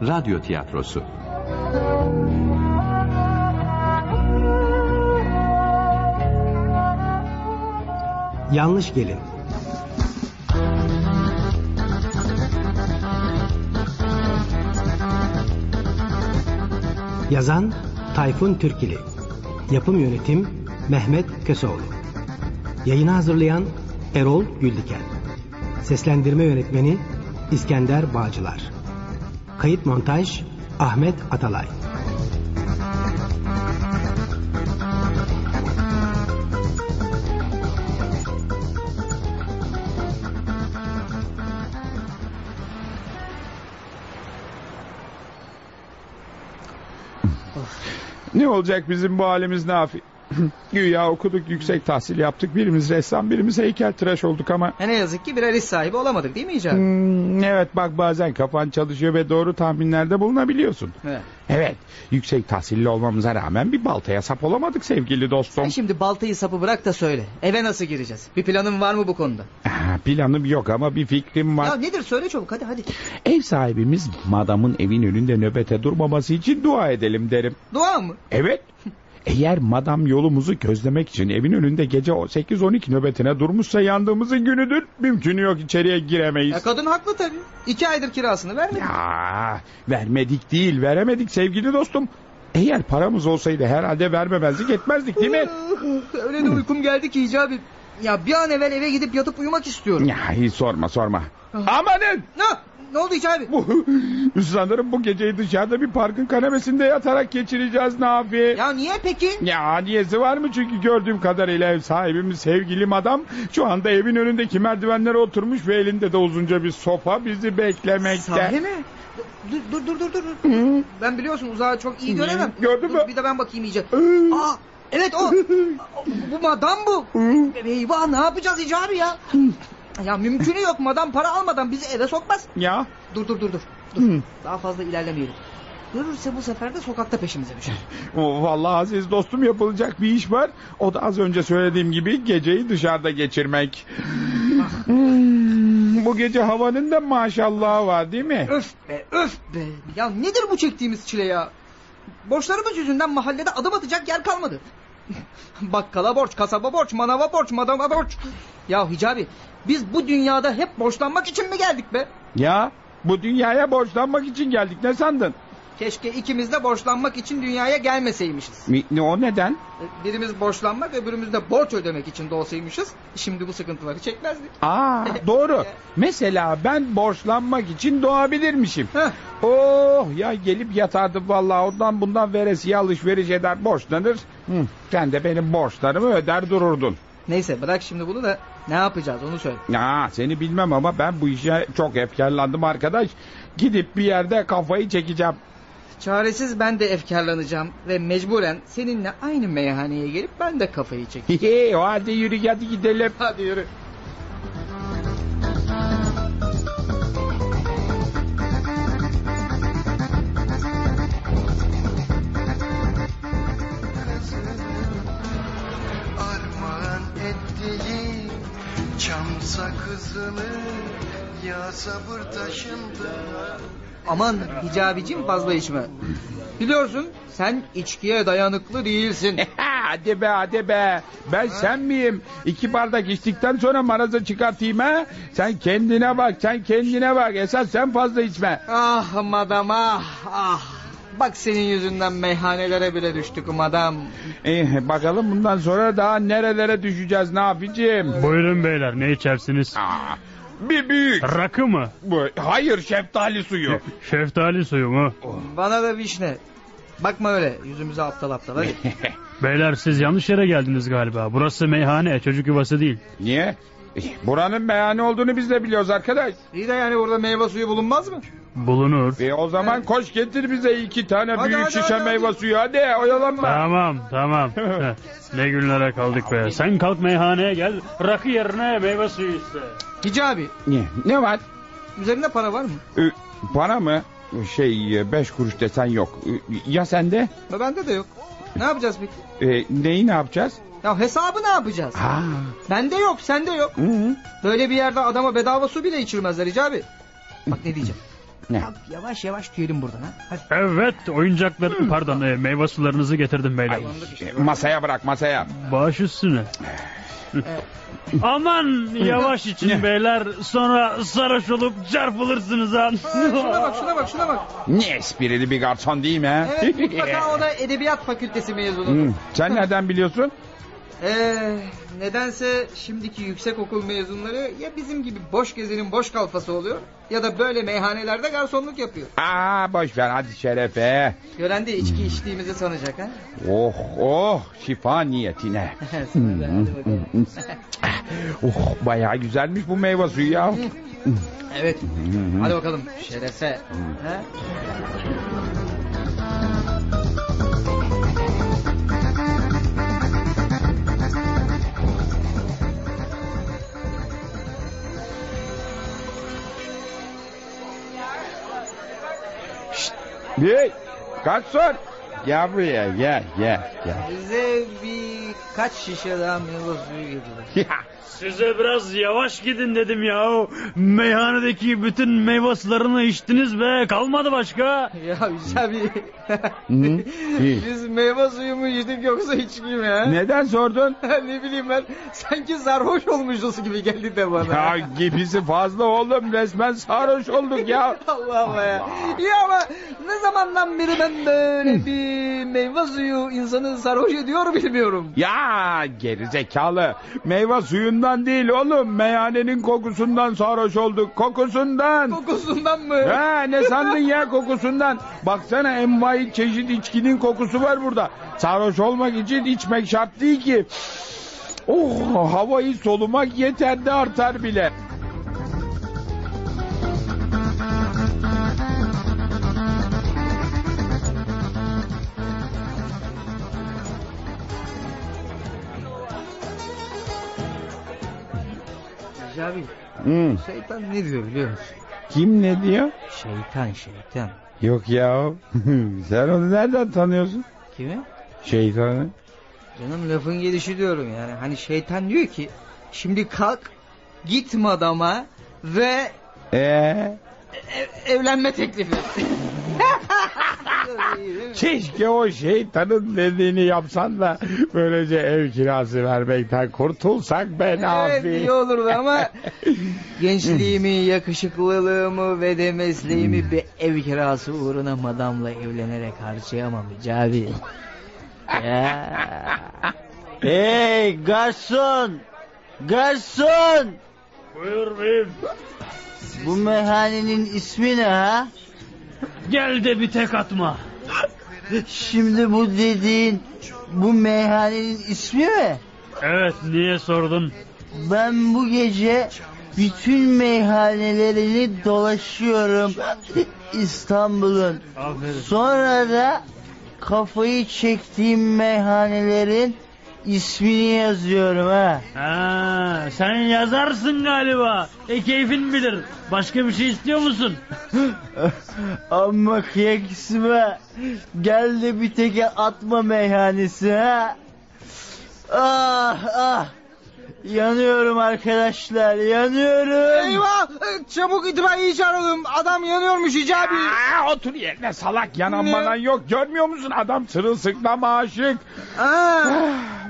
Radyo tiyatrosu. Yanlış gelin. Yazan Tayfun Türkili. Yapım yönetim Mehmet Köseoğlu. Yayını hazırlayan Erol Güldiken. Seslendirme yönetmeni İskender Bağcılar. Kayıt montaj Ahmet Atalay. Ne olacak bizim bu halimiz Nafi? Güya okuduk, yüksek tahsil yaptık. Birimiz ressam, birimiz heykeltıraş olduk ama... Ha, E Ne yazık ki birer iş sahibi olamadık değil mi Hicabi? Hmm, evet bak bazen kafan çalışıyor ve doğru tahminlerde bulunabiliyorsun. He. Evet, yüksek tahsilli olmamıza rağmen bir baltaya sap olamadık sevgili dostum. Sen şimdi baltayı sapı bırak da söyle. Eve nasıl gireceğiz? Bir planın var mı bu konuda? Ah, Planım yok ama bir fikrim var. Ya nedir söyle çabuk hadi hadi. Ev sahibimiz madamın evin önünde nöbete durmaması için dua edelim derim. Dua mı? Evet. Eğer madam yolumuzu gözlemek için evin önünde gece 8-12 nöbetine durmuşsa yandığımızın günüdür. Mümkün yok içeriye giremeyiz. Ya E kadın haklı tabii. İki aydır kirasını vermedi. Ya vermedik değil veremedik sevgili dostum. Eğer paramız olsaydı herhalde vermemezlik etmezdik değil mi? Öyle de uykum geldi ki Hicabi. Ya bir an evvel eve gidip yatıp uyumak istiyorum. Ya iyi sorma sorma. Ah. Amanın! Ne? Ne oldu Hicabi? Bu, sanırım bu geceyi dışarıda bir parkın kanepesinde yatarak geçireceğiz Nafi. Ya niye peki? Ya niyesi var mı çünkü gördüğüm kadarıyla ev sahibimiz sevgilim adam şu anda evin önündeki merdivenlere oturmuş ve elinde de uzunca bir sopa bizi beklemekte. Sahi mi? Dur dur dur dur. dur. Ben biliyorsun uzağa çok iyi göremem. Gördün Dur, mü? Bir de ben bakayım iyice. Hı. Aa, evet o. bu madam bu. Eyvah ne yapacağız Hicabi ya? Ya mümkünü yok madam para almadan bizi eve sokmaz. Ya Dur dur dur dur. dur. Daha fazla ilerlemeyelim. Görürse bu sefer de sokakta peşimize düşer. o, vallahi aziz dostum yapılacak bir iş var. O da az önce söylediğim gibi geceyi dışarıda geçirmek. Ah. Hmm, Bu gece havanın da maşallahı var değil mi? öf be öf be. Ya nedir bu çektiğimiz çile ya? Borçlarımız yüzünden mahallede adım atacak yer kalmadı. Bakkala borç, kasaba borç, manava borç, madama borç. Ya Hicabi biz bu dünyada hep borçlanmak için mi geldik be? Ya bu dünyaya borçlanmak için geldik ne sandın? Keşke ikimiz de borçlanmak için dünyaya gelmeseymişiz. Mi- ne- O neden? Birimiz borçlanmak öbürümüz de borç ödemek için doğsaymışız. Şimdi bu sıkıntıları çekmezdik. Aa doğru. Mesela ben borçlanmak için doğabilirmişim. Heh. Oh ya gelip yatardım vallahi ondan bundan veresiye alışveriş eder borçlanır. Hı, sen de benim borçlarımı öder dururdun. Neyse bırak şimdi bunu da ne yapacağız onu söyle. Aa, seni bilmem ama ben bu işe çok efkarlandım arkadaş. Gidip bir yerde kafayı çekeceğim. Çaresiz ben de efkarlanacağım ve mecburen seninle aynı meyhaneye gelip ben de kafayı çekeyim. Hihi, o halde yürü hadi gidelim. Hadi yürü. armağan ettiği çam sakızını ya sabır taşında Aman hicabicim fazla içme. Biliyorsun sen içkiye dayanıklı değilsin. hadi be hadi be. Ben sen miyim? İki bardak içtikten sonra maraza çıkartayım ha? Sen kendine bak sen kendine bak. Esas sen fazla içme. ah madam ah ah. Bak senin yüzünden meyhanelere bile düştük madam. Eh, bakalım bundan sonra daha nerelere düşeceğiz ne yapacağım? Buyurun beyler ne içersiniz? Aa, bir büyük. Rakı mı? Bu, hayır şeftali suyu. Şeftali suyu mu? Bana da vişne. Bakma öyle yüzümüze aptal aptal hadi. Beyler siz yanlış yere geldiniz galiba. Burası meyhane, çocuk yuvası değil. Niye? Eh, Buranın meyhane olduğunu biz de biliyoruz arkadaş. İyi de yani burada meyve suyu bulunmaz mı? Bulunur. E, o zaman koş getir bize iki tane Hadi, büyük hadi, şişe hadi, meyve suyu. Hadi oyalanma. Tamam, tamam. Heh, ne günlere kaldık be. Sen kalk meyhaneye gel, rakı yerine meyve suyu iste. Hicabi Ne, ne var? üzerinde para var mı? Ee, Para mı? Şey e, beş kuruş desen yok. Ee, Ya sende? Ya Bende de yok. Ne yapacağız peki? Ee, neyi ne yapacağız? Ya hesabı ne yapacağız? Ha. Bende yok, sende yok. hı. Böyle bir yerde adama bedava su bile içirmezler Hicabi. Bak ne diyeceğim. Ne? Kalk yavaş yavaş tüyelim buradan ha. Hadi. Hmm. Evet oyuncakları pardon e, meyve sularınızı getirdim beyler. Ay, şey Şey, masaya bırak masaya. Baş üstüne. Hmm. Aman yavaş için beyler sonra sarhoş olup çarpılırsınız ha. Şuna bak şuna bak şuna bak. Ne esprili bir garson değil mi? he? Evet mutlaka o da edebiyat fakültesi mezunu. Hı, Sen nereden biliyorsun? Ee, nedense şimdiki yüksekokul mezunları ya bizim gibi boş gezenin boş kalfası oluyor ya da böyle meyhanelerde garsonluk yapıyor. Aa boş ver hadi şerefe. Gören de Hmm. içki içtiğimizi sanacak ha. Oh oh şifa niyetine. Sana da hadi bakalım. Oh bayağı güzelmiş bu meyve suyu ya. Evet. Hadi bakalım şerefe. Ha? Hey garson. Gel buraya gel gel gel. Bize bir kaç şişe daha meyve suyu getirdi. Size biraz yavaş gidin dedim ya. Meyhanedeki bütün meyve sularını içtiniz be kalmadı başka. Ya Hüsabi. İyi. Biz meyve suyu mu içtik yoksa içki mi ha? Neden sordun? ne bileyim ben sanki sarhoş olmuşuz gibi geldi de bana. Ya gibisi fazla oğlum resmen sarhoş olduk ya. Allah Allah ya. Ya ama ne zamandan beri ben böyle bir meyve suyu insanı sarhoş ediyor bilmiyorum. Ya geri zekalı. Meyve suyundan değil oğlum. Meyhanenin kokusundan sarhoş olduk. Kokusundan. Kokusundan mı? Ha ne sandın ya kokusundan? Baksana envai çeşit içkinin kokusu var burada. Sarhoş olmak için içmek şart değil ki. Oh havayı solumak yeter de artar bile. Hüsabi Hmm, şeytan ne diyor biliyor musun? Kim ne diyor? Şeytan şeytan. Yok ya. Sen onu nereden tanıyorsun? Kimi? Şeytanı. Canım lafın gelişi diyorum yani. Hani şeytan diyor ki şimdi kalk git madama ve Ee, ev- evlenme teklifi. keşke o şeytanın dediğini yapsan da böylece ev kirası vermekten kurtulsak be evet Nafi. iyi olurdu ama gençliğimi, yakışıklılığımı ve de mesleğimi bir ev kirası uğruna madamla evlenerek harcayamam Hicabi. Ya. Hey garson! Garson! Buyur beyim. Bu meyhanenin ismi ne ha? Gel de bir tek atma. Şimdi bu dediğin bu meyhanenin ismi mi? Evet niye sordun? Ben bu gece bütün meyhanelerini dolaşıyorum İstanbul'un. Aferin. Sonra da kafayı çektiğim meyhanelerin ismini yazıyorum ha. Ha, sen yazarsın galiba. E keyfin bilir. Başka bir şey istiyor musun? Amma kıyak isme. Gel de bir teke atma meyhanesi ha. Ah ah. Yanıyorum arkadaşlar yanıyorum. Eyvah! Çabuk itfaiye çağıralım. Adam yanıyormuş Hicabi. Aa, otur yerine salak yanan Ne? manan yok. Görmüyor musun adam sırılsıklam aşık. Aa, Ah,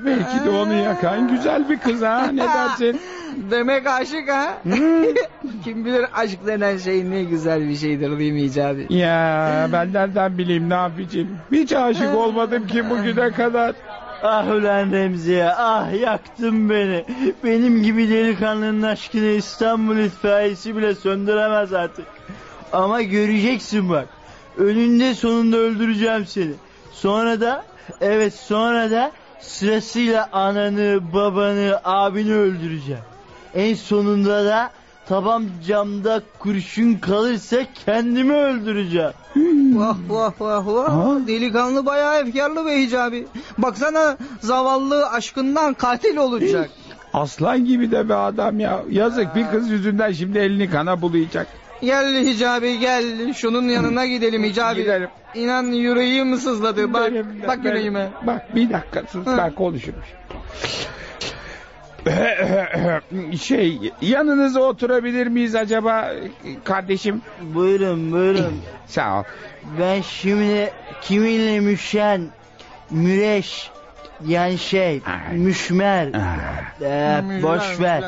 belki de onu yakan güzel bir kız ha ne dersin? demek aşık ha? Hmm. Kim bilir aşk denen şey ne güzel bir şeydir değil mi Hicabi? Ya ben nereden bileyim ne yapacağım? Hiç aşık olmadım ki bugüne kadar. Ah ulan Remziye ah yaktın beni. Benim gibi delikanlının aşkını İstanbul itfaiyesi bile söndüremez artık. Ama göreceksin bak. Önünde sonunda öldüreceğim seni. Sonra da evet sonra da sırasıyla ananı, babanı, abini öldüreceğim. En sonunda da tabam camda kurşun kalırsa kendimi öldüreceğim. Hmm. Vah vah vah vah. Delikanlı bayağı efkarlı be Hicabi. Baksana zavallı aşkından katil olacak. Aslan gibi de bir adam ya. Yazık bir kız yüzünden şimdi elini kana bulayacak. gel Hicabi gel. Şunun yanına gidelim Hicabi. Gidelim. İnan yüreğim sızladı. Bak Benim de- bak benim- yüreğime. Bak bir dakika sus Hı. ben konuşurum. şimdi. şey yanınıza oturabilir miyiz acaba kardeşim? Buyurun buyurun. Sağ ol. Ben şimdi kiminle müşen, müreş, yani şey, Ay. müşmer, Ah. ee, boş ver.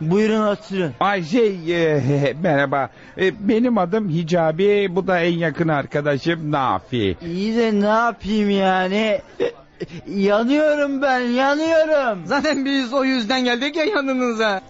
Buyurun oturun. Ay şey e, merhaba E, benim adım Hicabi bu da en yakın arkadaşım Nafi. İyi de ne yapayım yani? yanıyorum ben, yanıyorum. Zaten biz o yüzden geldik ya yanınıza.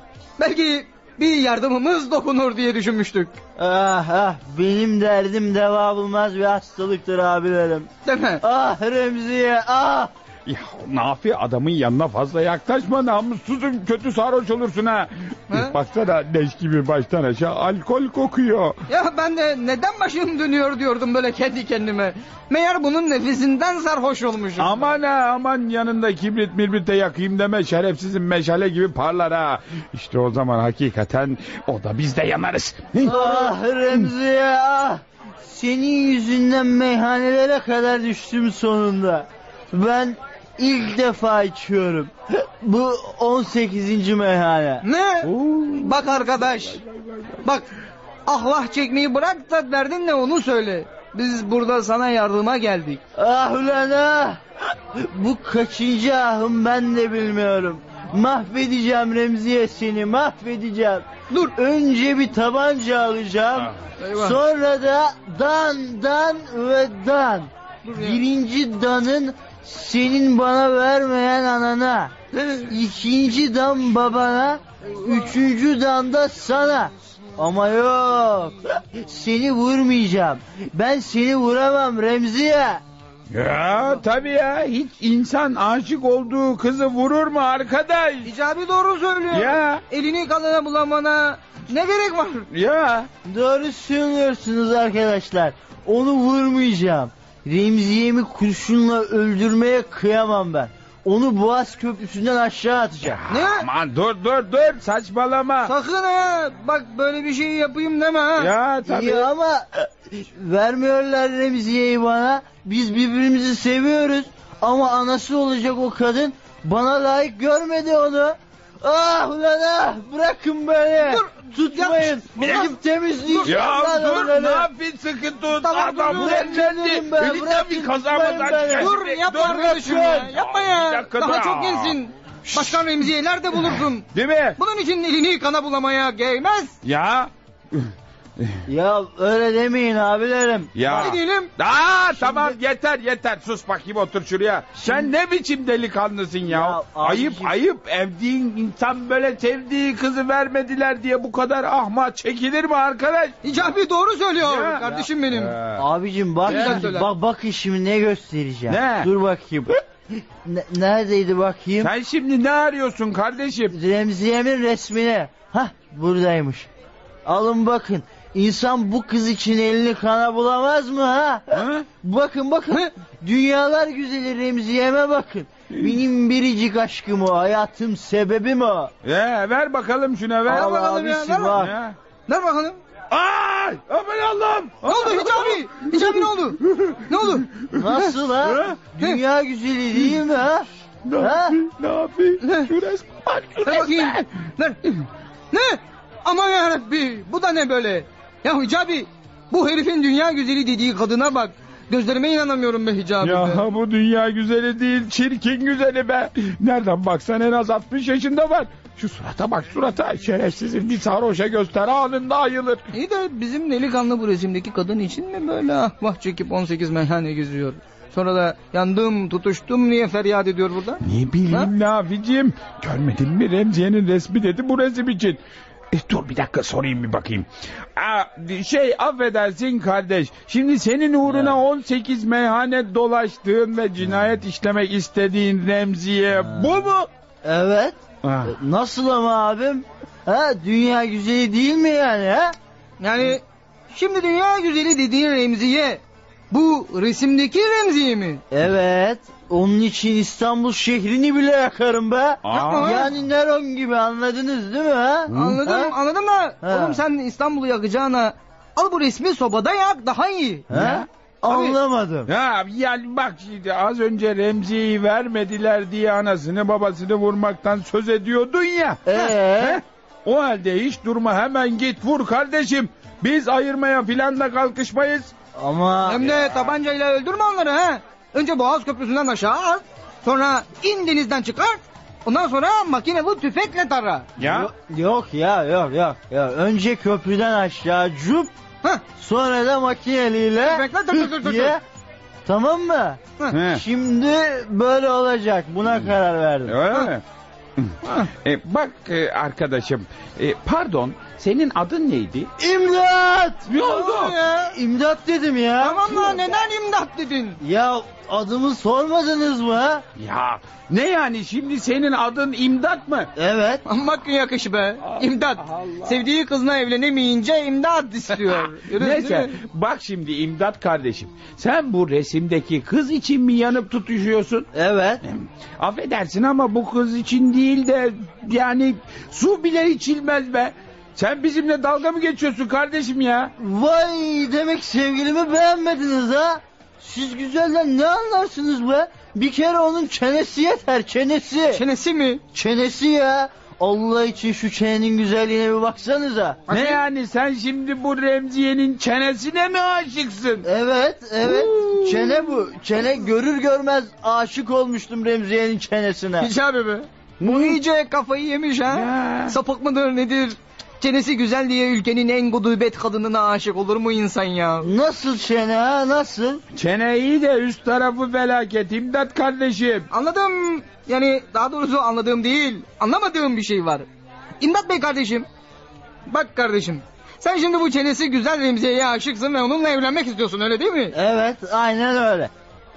Belki bir yardımımız dokunur diye düşünmüştük. Ah ah, benim derdim deva bulmaz bir hastalıktır abilerim. Değil mi? Ah Remziye, ah! Ya Nafi adamın yanına fazla yaklaşma namussuzum kötü sarhoş olursun ha. Ha? Baksana leş gibi baştan aşağı alkol kokuyor. Ya ben de neden başım dönüyor diyordum böyle kendi kendime. Meğer bunun nefisinden sarhoş olmuşum. Aman ha aman yanında kibrit mirbit de yakayım deme şerefsizin meşale gibi parlar ha. İşte o zaman hakikaten o da biz de yanarız. Hı. Ah Remziye ah! Senin yüzünden meyhanelere kadar düştüm sonunda. Ben ilk defa içiyorum. Bu 18. meyhane. Ne? Oo. Bak arkadaş. Bak ahlah çekmeyi bırak da derdin ne onu söyle. Biz burada sana yardıma geldik. Ah ulan ah! Bu kaçıncı ahım ben de bilmiyorum. Mahvedeceğim Remziye seni mahvedeceğim. Dur. Önce bir tabanca alacağım. Eyvah. Sonra da dan dan ve dan. Dur ya. Birinci danın senin bana vermeyen anana. İkinci dan babana. Üçüncü dan da sana. Ama yok. Seni vurmayacağım. Ben seni vuramam Remziye. Ya tabii ya hiç insan aşık olduğu kızı vurur mu arkadaş? İcabi doğru söylüyor. Ya Elini kanına bulamana ne gerek var? ya Doğru söylüyorsunuz arkadaşlar. Onu vurmayacağım. Remziye'mi kurşunla öldürmeye kıyamam ben. Onu Boğaz Köprüsü'nden aşağı atacağım. Ne? Aman dur dur dur saçmalama. Sakın ha. Bak böyle bir şey yapayım deme ha. ya tabii. İyi ama eh, vermiyorlar Remziye'yi bana. Biz birbirimizi seviyoruz. Ama anası olacak o kadın bana layık görmedi onu. Ah ulan ah bırakın beni. Dur, Tutmayın. ya, ya. Gidip temizleyeceğim Ya ben dur onları. ne yapayım sıkı tut Tamam, adam dur, ne bırakın ben, Elinden bir bırakın kazamaz ben, ben. aç Dur yapma arkadaşım ya. Yapma ya. Bir dakika Daha dur. çok gençsin. Başkan Remzi'yi nerede bulurdun? Değil mi? Bunun için elini kana bulamaya gelmez. Ya. Ya öyle demeyin abilerim. Ya. Ne diyelim? Aa tamam yeter yeter sus bakayım otur şuraya. Sen ne biçim delikanlısın ya? Ya, ayıp abiciğim. ayıp evdiğin insan böyle sevdiği kızı vermediler diye bu kadar ahma çekilir mi arkadaş? İcabi doğru söylüyor Ya. kardeşim benim. Ee, Abicim bak Güzel şimdi, söyle. bak bakın şimdi ne göstereceğim. Ne? Dur bakayım. Ne- neredeydi bakayım? sen şimdi ne arıyorsun kardeşim? Remziye'min resmini. Hah buradaymış. Alın bakın. İnsan bu kız için elini kana bulamaz mı ha? Hı? Bakın bakın. Dünyalar güzeli Remziye'me bakın. Benim biricik aşkım o. Hayatım sebebim o. Ee, ver bakalım şuna ver. Al Al bakalım ya, abisi ver bak. Ya. Ver bakalım. Ay! Aman Allah'ım! Ne oldu Hicabi? Hicabi ne oldu? Ne oldu? Nasıl ha? Hı? Dünya güzeli değil mi ha? Ne Ha? yapayım? Ne yapayım? Şurası var, Ver şurası bakayım. var. Ver. Ne? Aman yarabbi bu da ne böyle? Ya Hicabi bu herifin dünya güzeli dediği kadına bak. Gözlerime inanamıyorum be Hicabi. be. Ya bu dünya güzeli değil, çirkin güzeli be. Nereden baksan en az 60 yaşında var. Şu surata bak surata. Şerefsizin bir sarhoşa göster anında ayılır. İyi de bizim delikanlı bu resimdeki kadın için mi böyle ah vah çekip 18 meyhane geziyor? Sonra da yandım tutuştum niye feryat ediyor burada? Ne bileyim Ha? Naficim. Görmedin mi Remziye'nin resmi dedi bu resim için. E, dur bir dakika sorayım bir bakayım. Aa, şey affedersin kardeş. Şimdi senin uğruna 18 meyhane dolaştığın ve cinayet işlemek istediğin Remziye bu mu? Evet. E, Ah. Nasıl ama abim? Ha dünya güzeli değil mi yani ha? Yani şimdi dünya güzeli dediğin Remziye bu resimdeki Remziye mi? Evet. Onun için İstanbul şehrini bile yakarım be. Aa. Yani Neron gibi anladınız değil mi ha? Anladım Ha? anladım da Ha. oğlum sen İstanbul'u yakacağına al bu resmi sobada yak daha iyi. Ha? Anlamadım. Ya yani bak şimdi az önce Remzi'yi vermediler diye anasını babasını vurmaktan söz ediyordun ya. Ee? O halde hiç durma hemen git vur kardeşim. Biz ayırmaya filan da kalkışmayız. Ama... Hem de tabancayla öldürme onları ha. Önce Boğaz Köprüsü'nden aşağı at. Sonra in denizden çıkart. Ondan sonra makineli tüfekle tara. Ya Yo- Yok ya yok yok. ya. Önce köprüden aşağı cup Hah. sonra da makineliyle Bekle, dur, dur, dur, dur. diye. Tamam mı? He. Hmm. Şimdi böyle olacak. Buna karar verdim. Öyle mi? E, bak e, arkadaşım. e, pardon senin adın neydi? İmdat! Ne oldu? Ya. İmdat dedim ya. Tamam lan neden imdat dedin? Ya adımı sormadınız mı? ha? Ya ne yani şimdi senin adın imdat mı? Evet. Amma gün yakışı be. İmdat. Allah. Sevdiği kızla evlenemeyince imdat istiyor. Görüyorsun Neyse değil mi? bak şimdi imdat kardeşim. Sen bu resimdeki kız için mi yanıp tutuşuyorsun? Evet. Affedersin ama bu kız için değil de yani su bile içilmez be. Sen bizimle dalga mı geçiyorsun kardeşim ya? Vay demek sevgilimi beğenmediniz ha? Siz güzelden ne anlarsınız be? Bir kere onun çenesi yeter çenesi. Çenesi mi? çenesi ya. Allah için şu çenenin güzelliğine bir baksanıza. Ne yani sen şimdi bu Remziye'nin çenesine mi aşıksın? Evet, evet. Oo. Çene bu. Çene görür görmez aşık olmuştum Remziye'nin çenesine. Hicabi be. Bu iyice kafayı yemiş ha. Ya. Sapık mıdır nedir? Çenesi güzel diye ülkenin en gudubet kadınına aşık olur mu insan ya? Nasıl çene ha? Nasıl? Çene iyi de üst tarafı felaket imdat kardeşim. Anladım. Yani daha doğrusu anladığım değil, anlamadığım bir şey var. İmdat Bey kardeşim. Bak kardeşim. Sen şimdi bu çenesi güzel Remziye'ye aşıksın ve onunla evlenmek istiyorsun öyle değil mi? Evet, aynen öyle.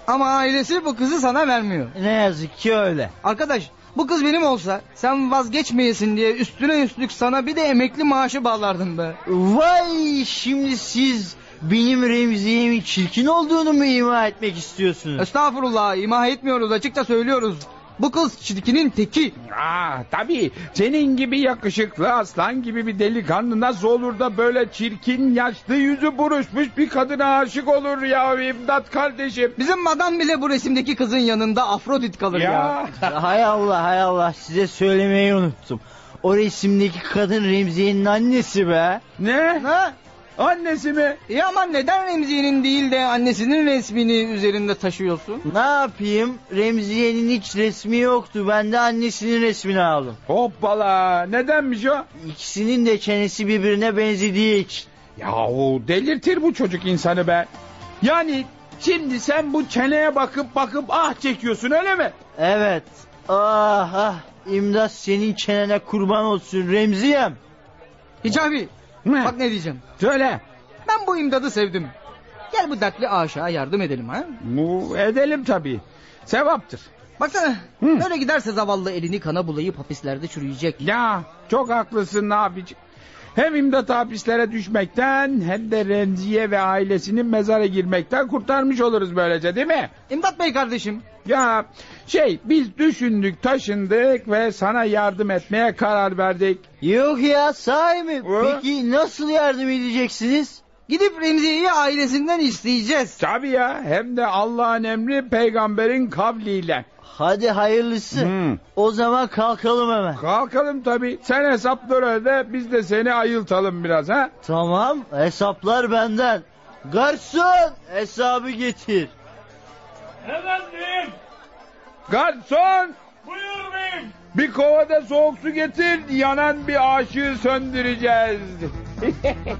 Ama ailesi bu kızı sana vermiyor. Ne yazık ki öyle. Arkadaş bu kız benim olsa sen vazgeçmeyesin diye üstüne üstlük sana bir de emekli maaşı bağlardım be. Vay şimdi siz benim Remziye'min çirkin olduğunu mu ima etmek istiyorsunuz? Estağfurullah imah etmiyoruz açıkça söylüyoruz. Bu kız çirkinin teki. Ah tabii senin gibi yakışıklı aslan gibi bir delikanlı nasıl olur da böyle çirkin yaşlı yüzü buruşmuş bir kadına aşık olur ya imdat kardeşim. Bizim madam bile bu resimdeki kızın yanında Afrodit kalır ya. hay Allah hay Allah size söylemeyi unuttum. O resimdeki kadın Remziye'nin annesi be. Ne? Ha? Annesi mi? İyi ama neden Remzi'nin değil de annesinin resmini üzerinde taşıyorsun? Ne yapayım? Remziye'nin hiç resmi yoktu. Ben de annesinin resmini aldım. Hoppala nedenmiş o? İkisinin de çenesi birbirine benzediği için. Yahu delirtir bu çocuk insanı be. Yani şimdi sen bu çeneye bakıp bakıp ah çekiyorsun öyle mi? Evet. Ah ah. İmdat senin çenene kurban olsun Remziyem. Hicabi Ne? bak ne diyeceğim. Söyle. Ben bu imdadı sevdim. Gel bu dertli aşağı yardım edelim ha. Bu edelim tabii. Sevaptır. Baksana Hı. böyle giderse zavallı elini kana bulayıp hapislerde çürüyecek. Ya çok haklısın ne yapacak? Hem imdat hapislere düşmekten hem de Remziye ve ailesinin mezara girmekten kurtarmış oluruz böylece değil mi? İmdat Bey kardeşim. Ya şey biz düşündük taşındık ve sana yardım etmeye karar verdik. Yok ya sahi mi? Hı? Peki nasıl yardım edeceksiniz? Gidip Remzi'yi ailesinden isteyeceğiz. Tabii ya hem de Allah'ın emri peygamberin kavliyle. Hadi hayırlısı. Hı. O zaman kalkalım hemen. Kalkalım tabii. Sen hesapları öde biz de seni ayıltalım biraz ha. Tamam hesaplar benden. Garson hesabı getir. Efendim Garson buyur beyim. bir kovada soğuk su getir yanan bir aşığı söndüreceğiz.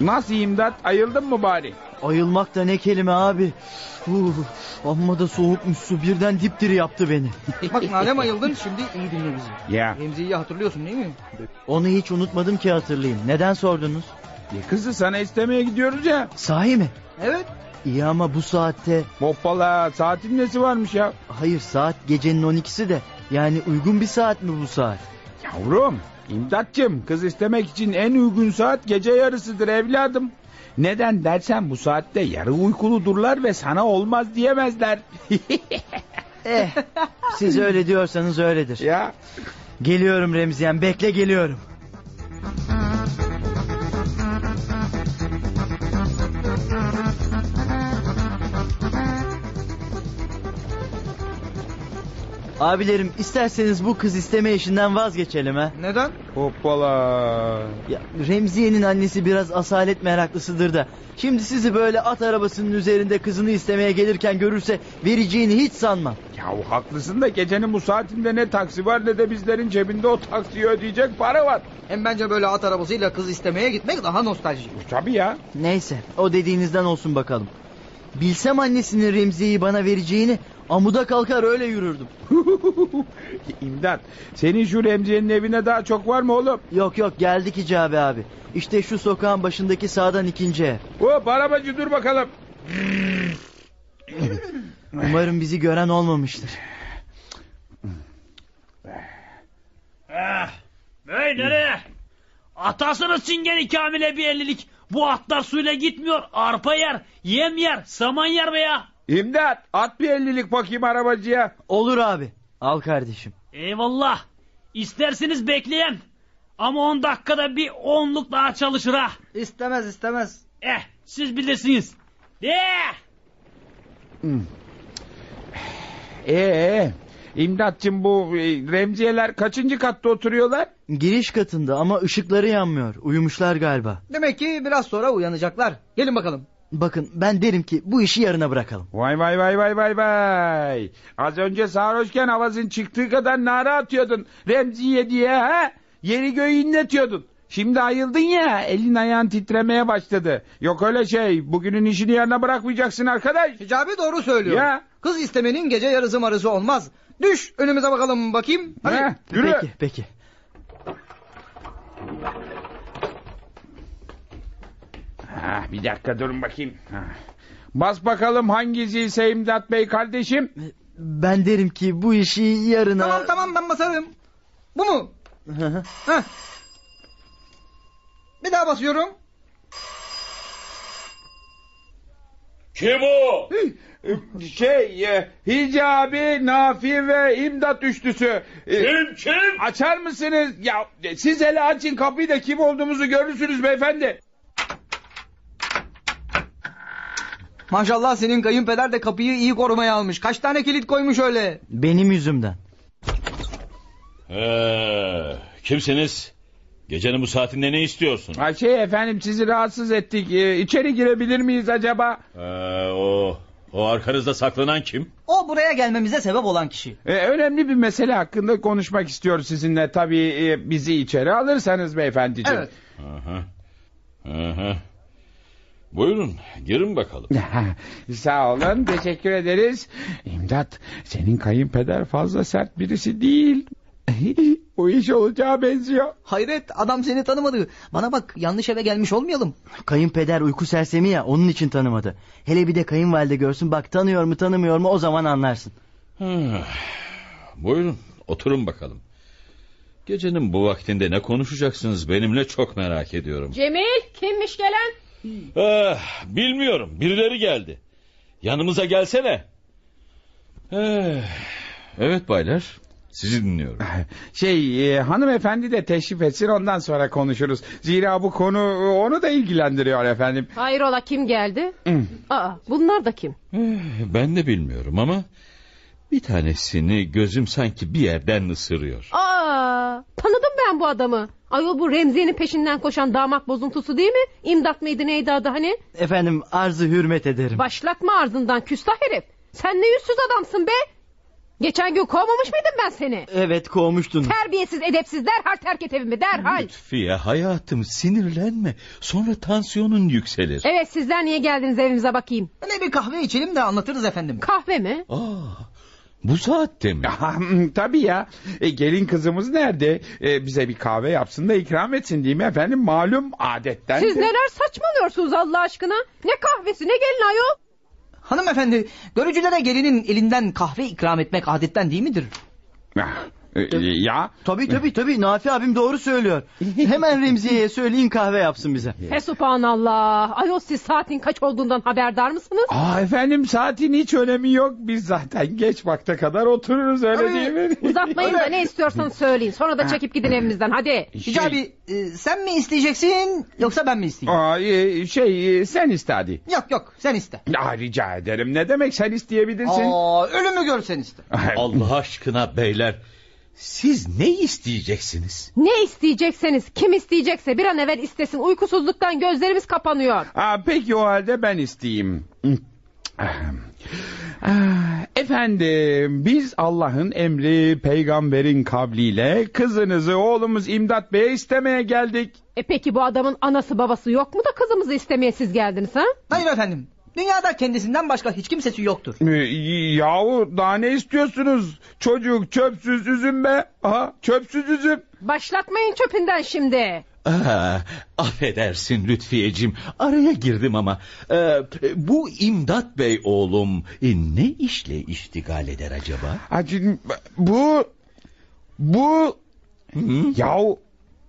Nasıl imdat? Ayıldın mı bari? Ayılmak da ne kelime abi. Uf, amma da soğukmuş su birden dipdiri yaptı beni. Bak madem ayıldın şimdi iyi dinle bizi. Ya. Remzi'yi hatırlıyorsun değil mi? Onu hiç unutmadım ki hatırlayayım. Neden sordunuz? E Kızı sana istemeye gidiyoruz ya. Sahi mi? Evet. İyi ama bu saatte... Hoppala saatin nesi varmış ya? Hayır saat gecenin 12'si de. Yani uygun bir saat mi bu saat? Yavrum, imdatçım, kız istemek için en uygun saat gece yarısıdır evladım. Neden dersen bu saatte yarı uykuludurlar ve sana olmaz diyemezler. Eh, siz öyle diyorsanız öyledir. ya Geliyorum Remziyen bekle geliyorum. Abilerim isterseniz bu kız isteme işinden vazgeçelim ha. Neden? hoppala. Ya, Remziye'nin annesi biraz asalet meraklısıdır da. Şimdi sizi böyle at arabasının üzerinde kızını istemeye gelirken görürse vereceğini hiç sanmam. Yahu Oh, haklısın da gecenin bu saatinde ne taksi var ne de bizlerin cebinde o taksiyi ödeyecek para var. Hem bence böyle at arabasıyla kız istemeye gitmek daha nostaljik. E, Tabii ya. Neyse o dediğinizden olsun bakalım. Bilsem annesinin Remzi'yi bana vereceğini amuda kalkar öyle yürürdüm. İmdat. Senin şu Remziye'nin evine daha çok var mı oğlum? Yok yok geldik Hicabi abi. İşte şu sokağın başındaki sağdan ikinci ev. Hop arabacı dur bakalım. Umarım bizi gören olmamıştır. Eh, hey nereye? Atasını çingen kamile bir ellilik. Bu atlar suyla gitmiyor. Arpa yer, yem yer, saman yer be ya. İmdat at bir ellilik bakayım arabacıya. Olur abi. Al kardeşim. Eyvallah. İsterseniz bekleyen. Ama 10 dakikada bir onluk daha çalışır ha. İstemez istemez. Eh siz bilirsiniz. Eh! De. Ee, imdatçım bu e, Remziyeler kaçıncı katta oturuyorlar? Giriş katında ama ışıkları yanmıyor. Uyumuşlar galiba. Demek ki biraz sonra uyanacaklar. Gelin bakalım. Bakın ben derim ki bu işi yarına bırakalım. Vay vay vay vay vay vay. Az önce sarhoşken havasın çıktığı kadar nara atıyordun. Remziye diye ha? Yeri göğü inletiyordun. Şimdi ayıldın ya elin ayağın titremeye başladı. Yok öyle şey bugünün işini yarına bırakmayacaksın arkadaş. Hicabi doğru söylüyor. Ya. Kız istemenin gece yarısı marısı olmaz. Düş önümüze bakalım bakayım. Hadi. Ha, yürü. Peki peki. Ha, Ah, bir dakika durun bakayım. Ha. Bas bakalım hangisi ise İmdat Bey kardeşim. E, Ben derim ki bu işi yarına... Tamam tamam ben basarım. Bu mu? tamam. Heh. Bir daha basıyorum. Kim o? Şey, e, Hicabi, Nafi ve İmdat Üçlüsü. E, Kim kim? Açar mısınız? Ya e, siz hele açın kapıyı da kim olduğumuzu görürsünüz beyefendi. Maşallah senin kayınpeder de kapıyı iyi korumaya almış. Kaç tane kilit koymuş öyle. Benim yüzümden. Ee, kimsiniz? Gecenin bu saatinde ne istiyorsun? Ha, şey efendim sizi rahatsız ettik. E, içeri girebilir miyiz acaba? Ee, o, o arkanızda saklanan kim? O buraya gelmemize sebep olan kişi. E, önemli bir mesele hakkında konuşmak istiyoruz sizinle. Tabii e, bizi içeri alırsanız beyefendiciğim. Evet. Aha. Aha. Buyurun girin bakalım. Sağ olun teşekkür ederiz. İmdat senin kayınpeder fazla sert birisi değil. Bu iş olacağı benziyor. Hayret adam seni tanımadı. Bana bak yanlış eve gelmiş olmayalım. Kayınpeder uyku sersemi ya onun için tanımadı. Hele bir de kayınvalide görsün bak tanıyor mu tanımıyor mu o zaman anlarsın. Ha, Buyurun oturun bakalım. Gecenin bu vaktinde ne konuşacaksınız benimle çok merak ediyorum. Cemil kimmiş gelen? Ah, bilmiyorum birileri geldi. Yanımıza gelsene. Eh, Evet baylar sizi dinliyorum. Şey e, hanımefendi de teşrif etsin ondan sonra konuşuruz. Zira bu konu e, onu da ilgilendiriyor efendim. Hayrola kim geldi? Aa bunlar da kim? Eh, Ben de bilmiyorum ama bir tanesini gözüm sanki bir yerden ısırıyor. Aa tanıdım ben bu adamı. Ayol bu Remziye'nin peşinden koşan damat bozuntusu değil mi? İmdat mıydı neydi adı hani? Efendim arzı hürmet ederim. Başlatma ardından küstah herif. Sen ne yüzsüz adamsın be. Geçen gün kovmamış mıydım ben seni? Evet kovmuştunuz. Terbiyesiz edepsiz derhal terk et evimi derhal. Lütfiye hayatım sinirlenme sonra tansiyonun yükselir. Evet sizler niye geldiniz evimize bakayım. Ne bir kahve içelim de anlatırız efendim. Kahve mi? Aa, bu saatte mi? Aha, hmm, Tabii ya E, gelin kızımız nerede? E, bize bir kahve yapsın da ikram etsin değil mi efendim? Malum adetten. Siz de- neler saçmalıyorsunuz Allah aşkına? Ne kahvesi ne gelin ayol? Hanımefendi görücülere gelinin elinden kahve ikram etmek adetten değil midir? Ah, Ee, ya Tabii tabii tabii Nafi abim doğru söylüyor. Hemen Remziye'ye söyleyin kahve yapsın bize. He subhanallah. Ayol siz saatin kaç olduğundan haberdar mısınız? Aa efendim saatin hiç önemi yok. Biz zaten geç vakte kadar otururuz öyle değil mi? Uzatmayın da ne istiyorsanız söyleyin. Sonra da çekip gidin evimizden hadi. Hicabi e, sen mi isteyeceksin yoksa ben mi isteyeyim? Aa, e, şey e, sen iste hadi. Yok yok sen iste. Ya rica ederim ne demek sen isteyebilirsin. Aa, ölümü görsen iste. Allah aşkına beyler siz ne isteyeceksiniz? Ne isteyecekseniz, kim isteyecekse bir an evvel istesin. Uykusuzluktan gözlerimiz kapanıyor. Aa, peki o halde ben isteyeyim. Ah, Efendim biz Allah'ın emri peygamberin kavliyle kızınızı oğlumuz İmdat Bey'e istemeye geldik. E peki bu adamın anası babası yok mu da kızımızı istemeye siz geldiniz ha? Hayır efendim. Dünyada kendisinden başka hiç kimsesi yoktur. Ee, Yahu daha ne istiyorsunuz? Çocuk çöpsüz üzüm be. Aha, çöpsüz üzüm. Başlatmayın çöpünden şimdi. Aa, Ah, affedersin Lütfiyeciğim araya girdim ama e, bu İmdat Bey oğlum e, ne işle iştigal eder acaba? Acil- Bu bu Hı? yahu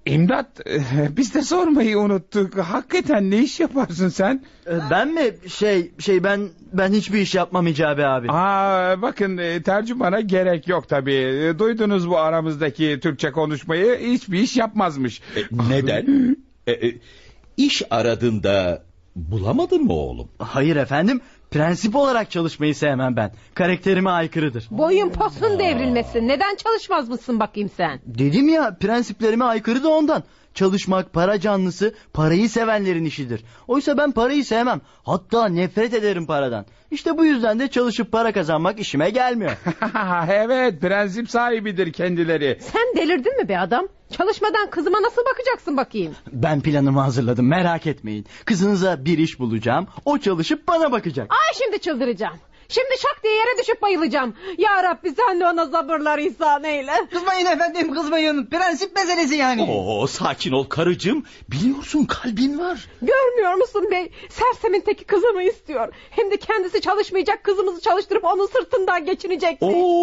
imdat eh, biz de sormayı unuttuk. Hakikaten ne iş yaparsın sen? Ee, Ben mi şey şey ben ben hiçbir iş yapmam Hicabi abi. Aa bakın eh, tercümana gerek yok tabii. Eh, Duydunuz bu aramızdaki Türkçe konuşmayı hiçbir iş yapmazmış. E, neden? E, e, iş aradığında bulamadın mı oğlum? Hayır efendim prensip olarak çalışmayı sevmem ben. Karakterime aykırıdır. Boyun posun devrilmesin. Neden çalışmaz mısın bakayım sen? Dedim ya prensiplerime aykırı da ondan. Çalışmak para canlısı parayı sevenlerin işidir. Oysa ben parayı sevmem. Hatta nefret ederim paradan. İşte bu yüzden de çalışıp para kazanmak işime gelmiyor. evet prensip sahibidir kendileri. Sen delirdin mi be adam? Çalışmadan kızıma nasıl bakacaksın bakayım? Ben planımı hazırladım merak etmeyin. Kızınıza bir iş bulacağım. O çalışıp bana bakacak. Ay şimdi çıldıracağım. Şimdi şak diye yere düşüp bayılacağım. Ya Rabbi sen de ona sabırlar ihsan eyle. Kızmayın efendim kızmayın. Prensip meselesi Hani? yani. Oo sakin ol karıcığım biliyorsun kalbin var. Görmüyor musun bey? Sersemin teki kızımı istiyor. Hem de kendisi çalışmayacak kızımızı çalıştırıp onun sırtından geçinecek. Oo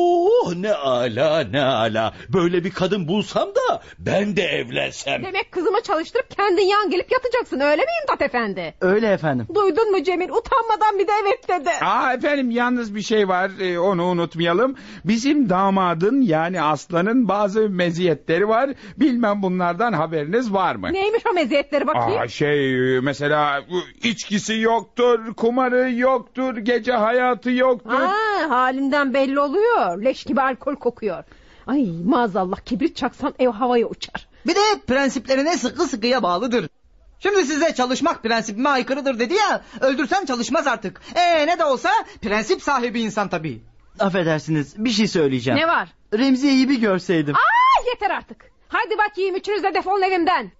Oh, ne ala ne ala böyle bir kadın bulsam da ben de evlensem. Demek kızımı çalıştırıp kendin yan gelip yatacaksın öyle mi İmdat Efendi? Öyle efendim. Duydun mu Cemil utanmadan bir de evet dedi. Aa efendim yalnız bir şey var e, onu unutmayalım. Bizim damadın yani aslanın bazı meziyetleri var. Bilmem bunlardan haberiniz var mı? Neymiş o meziyetleri bakayım? Aa şey e, mesela e, içkisi yoktur, kumarı yoktur, gece hayatı yoktur. Ha, halinden belli oluyor. Leş gibi alkol kokuyor. Ay maazallah kibrit çaksan ev havaya uçar. Bir de prensiplerine sıkı sıkıya bağlıdır. Şimdi size çalışmak prensibime aykırıdır dedi ya. Öldürsem çalışmaz artık. Ee ne de olsa prensip sahibi insan tabii. Affedersiniz bir şey söyleyeceğim. Ne var? Remziye'yi bir görseydim. Aa yeter artık. Hadi bakayım üçünüz de defolun evimden.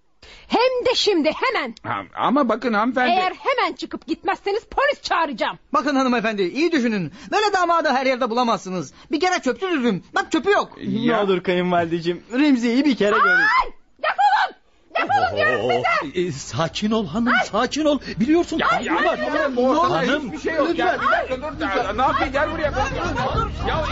Hem de şimdi hemen. Ha, Ama bakın hanımefendi. Eğer hemen çıkıp gitmezseniz polis çağıracağım. Bakın hanımefendi iyi düşünün. Böyle damadı her yerde bulamazsınız. Bir kere çöpsüz üzüm. Bak çöpü yok. Ne olur kayınvalideciğim Remziye'yi bir kere göreyim. Ay defolun. Defolun diyorum Oo, size. e, sakin ol hanım sakin ol biliyorsun kalbin Ya var. bak hanım ortada Hanım. hiçbir şey yok. Ya, bir dakika dur. da, Ne yapayım gel buraya. Ya,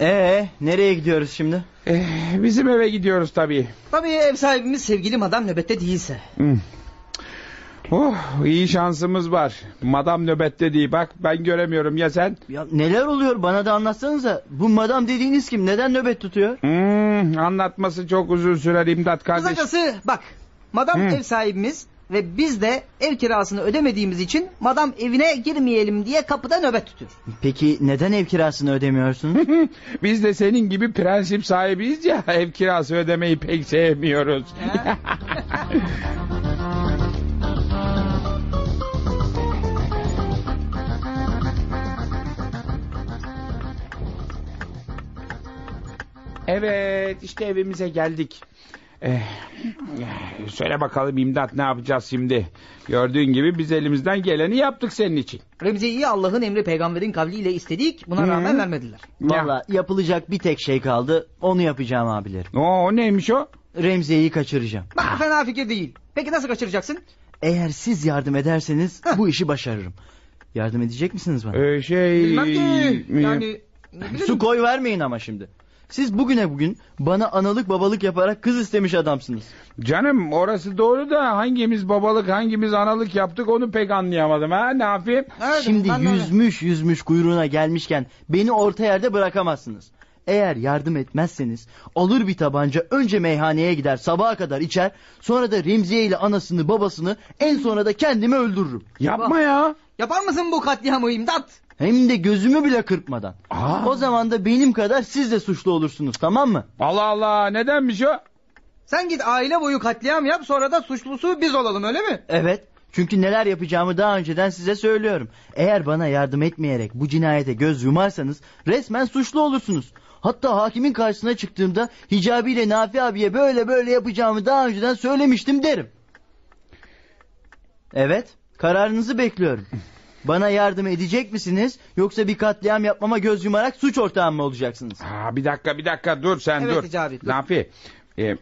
Ee nereye gidiyoruz şimdi? Hmm. eh, bizim eve gidiyoruz tabii. Tabii ev sahibimiz sevgili madam nöbette değilse. Hmm. Oh iyi şansımız var. Madam nöbette değil bak ben göremiyorum ya sen? Ya neler oluyor bana da anlatsanıza. Bu madam dediğiniz kim? Neden nöbet tutuyor? Hmm, anlatması çok uzun sürer imdat kardeş. Kısacası bak madam Hı. ev sahibimiz ve biz de ev kirasını ödemediğimiz için madam evine girmeyelim diye kapıda nöbet tutuyor. Peki neden ev kirasını ödemiyorsunuz? Biz de senin gibi prensip sahibiyiz ya ev kirası ödemeyi pek sevmiyoruz. evet işte evimize geldik. Eh, söyle bakalım imdat ne yapacağız şimdi? Gördüğün gibi biz elimizden geleni yaptık senin için. Remzi'yi Allah'ın emri peygamberin kavliyle istedik. Buna Hı. rağmen vermediler. Valla yapılacak bir tek şey kaldı. Onu yapacağım abilerim. O, o neymiş o? Remziye'yi kaçıracağım. Bak fena fikir değil. Peki nasıl kaçıracaksın? Eğer siz yardım ederseniz Heh. bu işi başarırım. Yardım edecek misiniz bana? Ee, şey... Bilmem ki. Yani ne bileyim. Su koy vermeyin ama şimdi. Siz bugüne bugün bana analık babalık yaparak kız istemiş adamsınız. Canım orası doğru da hangimiz babalık hangimiz analık yaptık onu pek anlayamadım ha ne yapayım? Evet, Şimdi ben de öyle. yüzmüş yüzmüş kuyruğuna gelmişken beni orta yerde bırakamazsınız. Eğer yardım etmezseniz alır bir tabanca önce meyhaneye gider sabaha kadar içer sonra da Remziye ile anasını babasını en sonra da kendimi öldürürüm. Yapma ya. Yapar mısın bu katliamı imdat? Hem de gözümü bile kırpmadan. Aa. O zaman da benim kadar siz de suçlu olursunuz tamam mı? Allah Allah nedenmiş o? Sen git aile boyu katliam yap sonra da suçlusu biz olalım öyle mi? Evet. Çünkü neler yapacağımı daha önceden size söylüyorum. Eğer bana yardım etmeyerek bu cinayete göz yumarsanız resmen suçlu olursunuz. Hatta hakimin karşısına çıktığımda Hicabi ile Nafi abiye böyle böyle yapacağımı daha önceden söylemiştim derim. Evet, kararınızı bekliyorum. Bana yardım edecek misiniz yoksa bir katliam yapmama göz yumarak suç ortağım mı olacaksınız? Aa, bir dakika bir dakika dur sen Evet, dur. Hicabi, dur. Nafi e,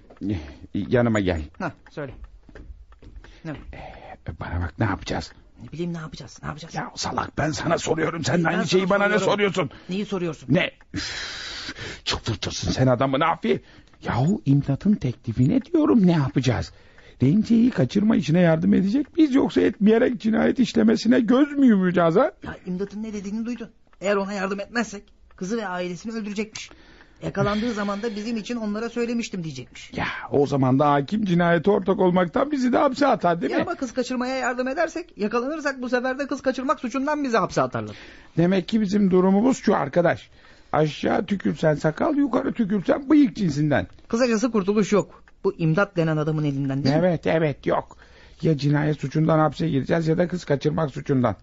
yanıma gel. Hah söyle. Bana bak ne yapacağız? Ne bileyim ne yapacağız ne yapacağız? Ya salak ben sana soruyorum sen Ben aynı sana şeyi bana ne soruyorum. soruyorsun? Neyi soruyorsun? Ne? Üf, Çıldırtırsın sen adamı Nafi. Yahu imdatın teklifine diyorum ne yapacağız? Remzi'yi kaçırma işine yardım edecek miyiz yoksa etmeyerek cinayet işlemesine göz mü yumacağız ha? Ya imdatın ne dediğini duydun. Eğer ona yardım etmezsek kızı ve ailesini öldürecekmiş. Yakalandığı zaman da bizim için onlara söylemiştim diyecekmiş. Ya o zaman da hakim cinayete ortak olmaktan bizi de hapse atar değil Ya mi? ama kız kaçırmaya yardım edersek yakalanırsak bu sefer de kız kaçırmak suçundan bizi hapse atarlar. Demek ki bizim durumumuz şu arkadaş. Aşağı tükürsen sakal yukarı tükürsen bıyık cinsinden. Kısacası kurtuluş yok. Bu imdat denen adamın elinden değil mi? Evet evet yok. Ya cinayet suçundan hapse gireceğiz ya da kız kaçırmak suçundan.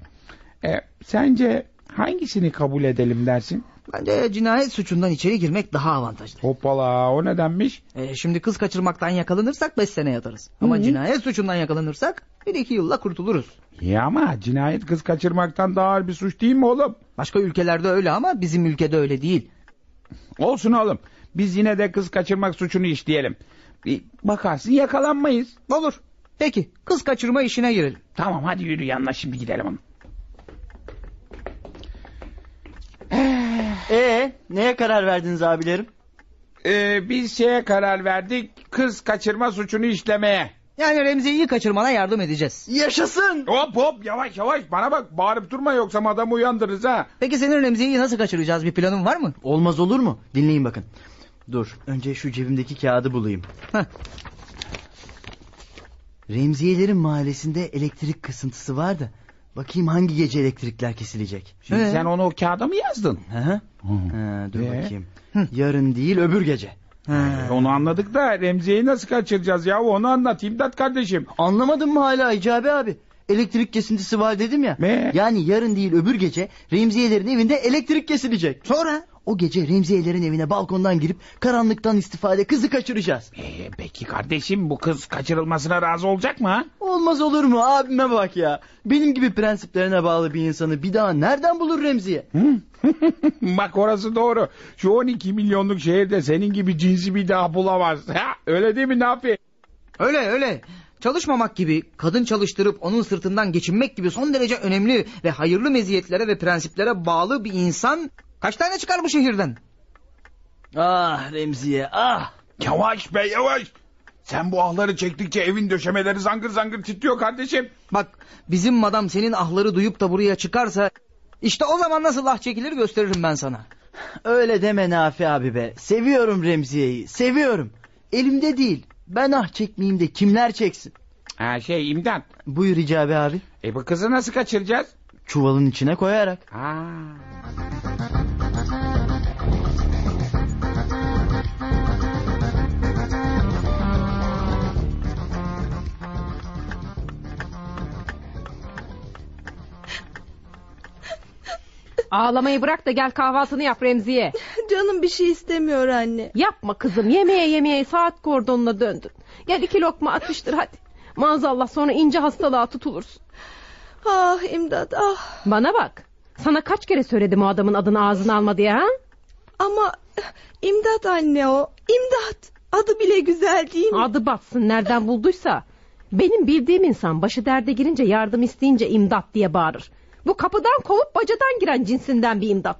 E, sence hangisini kabul edelim dersin? Bence cinayet suçundan içeri girmek daha avantajlı. Hoppala o nedenmiş? Ee, şimdi kız kaçırmaktan yakalanırsak 5 sene yatarız. Ama cinayet suçundan yakalanırsak 1-2 yılla kurtuluruz. Ya ama cinayet kız kaçırmaktan daha ağır bir suç değil mi oğlum? Başka ülkelerde öyle ama bizim ülkede öyle değil. Olsun oğlum. Biz yine de kız kaçırmak suçunu işleyelim. Bir bakarsın yakalanmayız. Olur. Peki kız kaçırma işine girelim. Tamam hadi yürü yanına şimdi gidelim onun. Ee, neye karar verdiniz abilerim? Ee, biz şeye karar verdik. Kız kaçırma suçunu işlemeye. Yani Remzi'yi kaçırmana yardım edeceğiz. Yaşasın! Hop hop yavaş yavaş bana bak bağırıp durma yoksa adamı uyandırırız ha. Peki senin Remzi'yi nasıl kaçıracağız bir planın var mı? Olmaz olur mu? Dinleyin bakın. Dur, önce şu cebimdeki kağıdı bulayım. Heh. Remziyelerin mahallesinde elektrik kısıntısı var da. Bakayım hangi gece elektrikler kesilecek. Şimdi Ee? sen onu o kağıda mı yazdın? Hı hı. Ha, dur Ee? bakayım. Yarın değil öbür gece. Ha. Onu anladık da Remzi'yi nasıl kaçıracağız ya onu anlat İmdat kardeşim. Anlamadın mı hala Hicabi abi? Elektrik kesintisi var dedim ya. Ne? Yani yarın değil öbür gece Remziyelerin evinde elektrik kesilecek. Sonra? O gece Remziyelerin evine balkondan girip karanlıktan istifade kızı kaçıracağız. Ee, peki kardeşim bu kız kaçırılmasına razı olacak mı? ha? Olmaz olur mu abime bak ya. Benim gibi prensiplerine bağlı bir insanı bir daha nereden bulur Remziye? Hı? Bak orası doğru. Şu 12 milyonluk şehirde senin gibi cinsi bir daha bulamaz. Ha, öyle değil mi Nafi? Öyle öyle. Çalışmamak gibi, kadın çalıştırıp onun sırtından geçinmek gibi son derece önemli ve hayırlı meziyetlere ve prensiplere bağlı bir insan kaç tane çıkar bu şehirden? Ah Remziye ah. Yavaş be yavaş. Sen bu ahları çektikçe evin döşemeleri zangır zangır titriyor kardeşim. Bak bizim madam senin ahları duyup da buraya çıkarsa işte o zaman nasıl ah çekilir gösteririm ben sana. Öyle deme Nafi abi be. Seviyorum Remziye'yi seviyorum. Elimde değil. Ben ah çekmeyeyim de kimler çeksin? Ha şey imdat. Buyur Hicabi abi. E bu kızı nasıl kaçıracağız? Çuvalın içine koyarak. Ha. Ağlamayı bırak da gel kahvaltını yap Remziye. Canım bir şey istemiyor anne. Yapma kızım yemeğe yemeğe saat kordonuna döndün. Gel iki lokma atıştır hadi. Maazallah sonra ince hastalığa tutulursun. Ah imdat ah. Bana bak. Sana kaç kere söyledim o adamın adını ağzına alma diye ha? Ama eh, imdat anne o. İmdat. Adı bile güzel değil mi? Adı batsın nereden bulduysa. Benim bildiğim insan başı derde girince yardım isteyince imdat diye bağırır. Bu kapıdan kovup bacadan giren cinsinden bir imdat.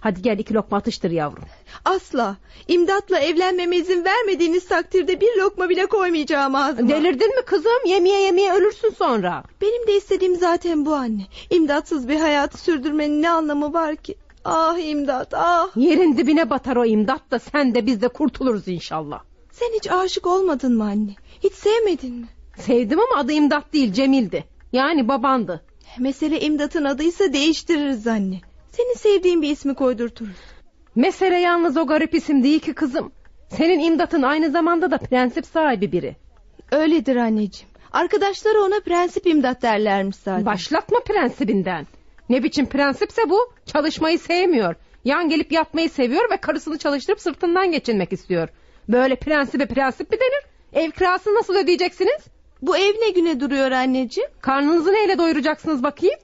Hadi gel iki lokma atıştır yavrum. Asla. İmdatla evlenmeme izin vermediğiniz takdirde bir lokma bile koymayacağım ağzıma. Delirdin mi kızım? Yemeye yemeye ölürsün sonra. Benim de istediğim zaten bu anne. İmdatsız bir hayatı sürdürmenin ne anlamı var ki? Ah imdat ah. Yerin dibine batar o imdat da sen de biz de kurtuluruz inşallah. Sen hiç aşık olmadın mı anne? Hiç sevmedin mi? Sevdim ama adı imdat değil Cemil'di. Yani babandı. Mesele imdatın adıysa değiştiririz anne. Senin sevdiğin bir ismi koydurturuz. Mesele yalnız o garip isim değil ki kızım. Senin imdatın aynı zamanda da prensip sahibi biri. Öyledir anneciğim. Arkadaşları ona prensip imdat derlermiş zaten. Başlatma prensibinden. Ne biçim prensipse bu çalışmayı sevmiyor. Yan gelip yatmayı seviyor ve karısını çalıştırıp sırtından geçinmek istiyor. Böyle prensibe prensip mi denir? Ev kirasını nasıl ödeyeceksiniz? Bu ev ne güne duruyor anneciğim? Karnınızı neyle doyuracaksınız bakayım?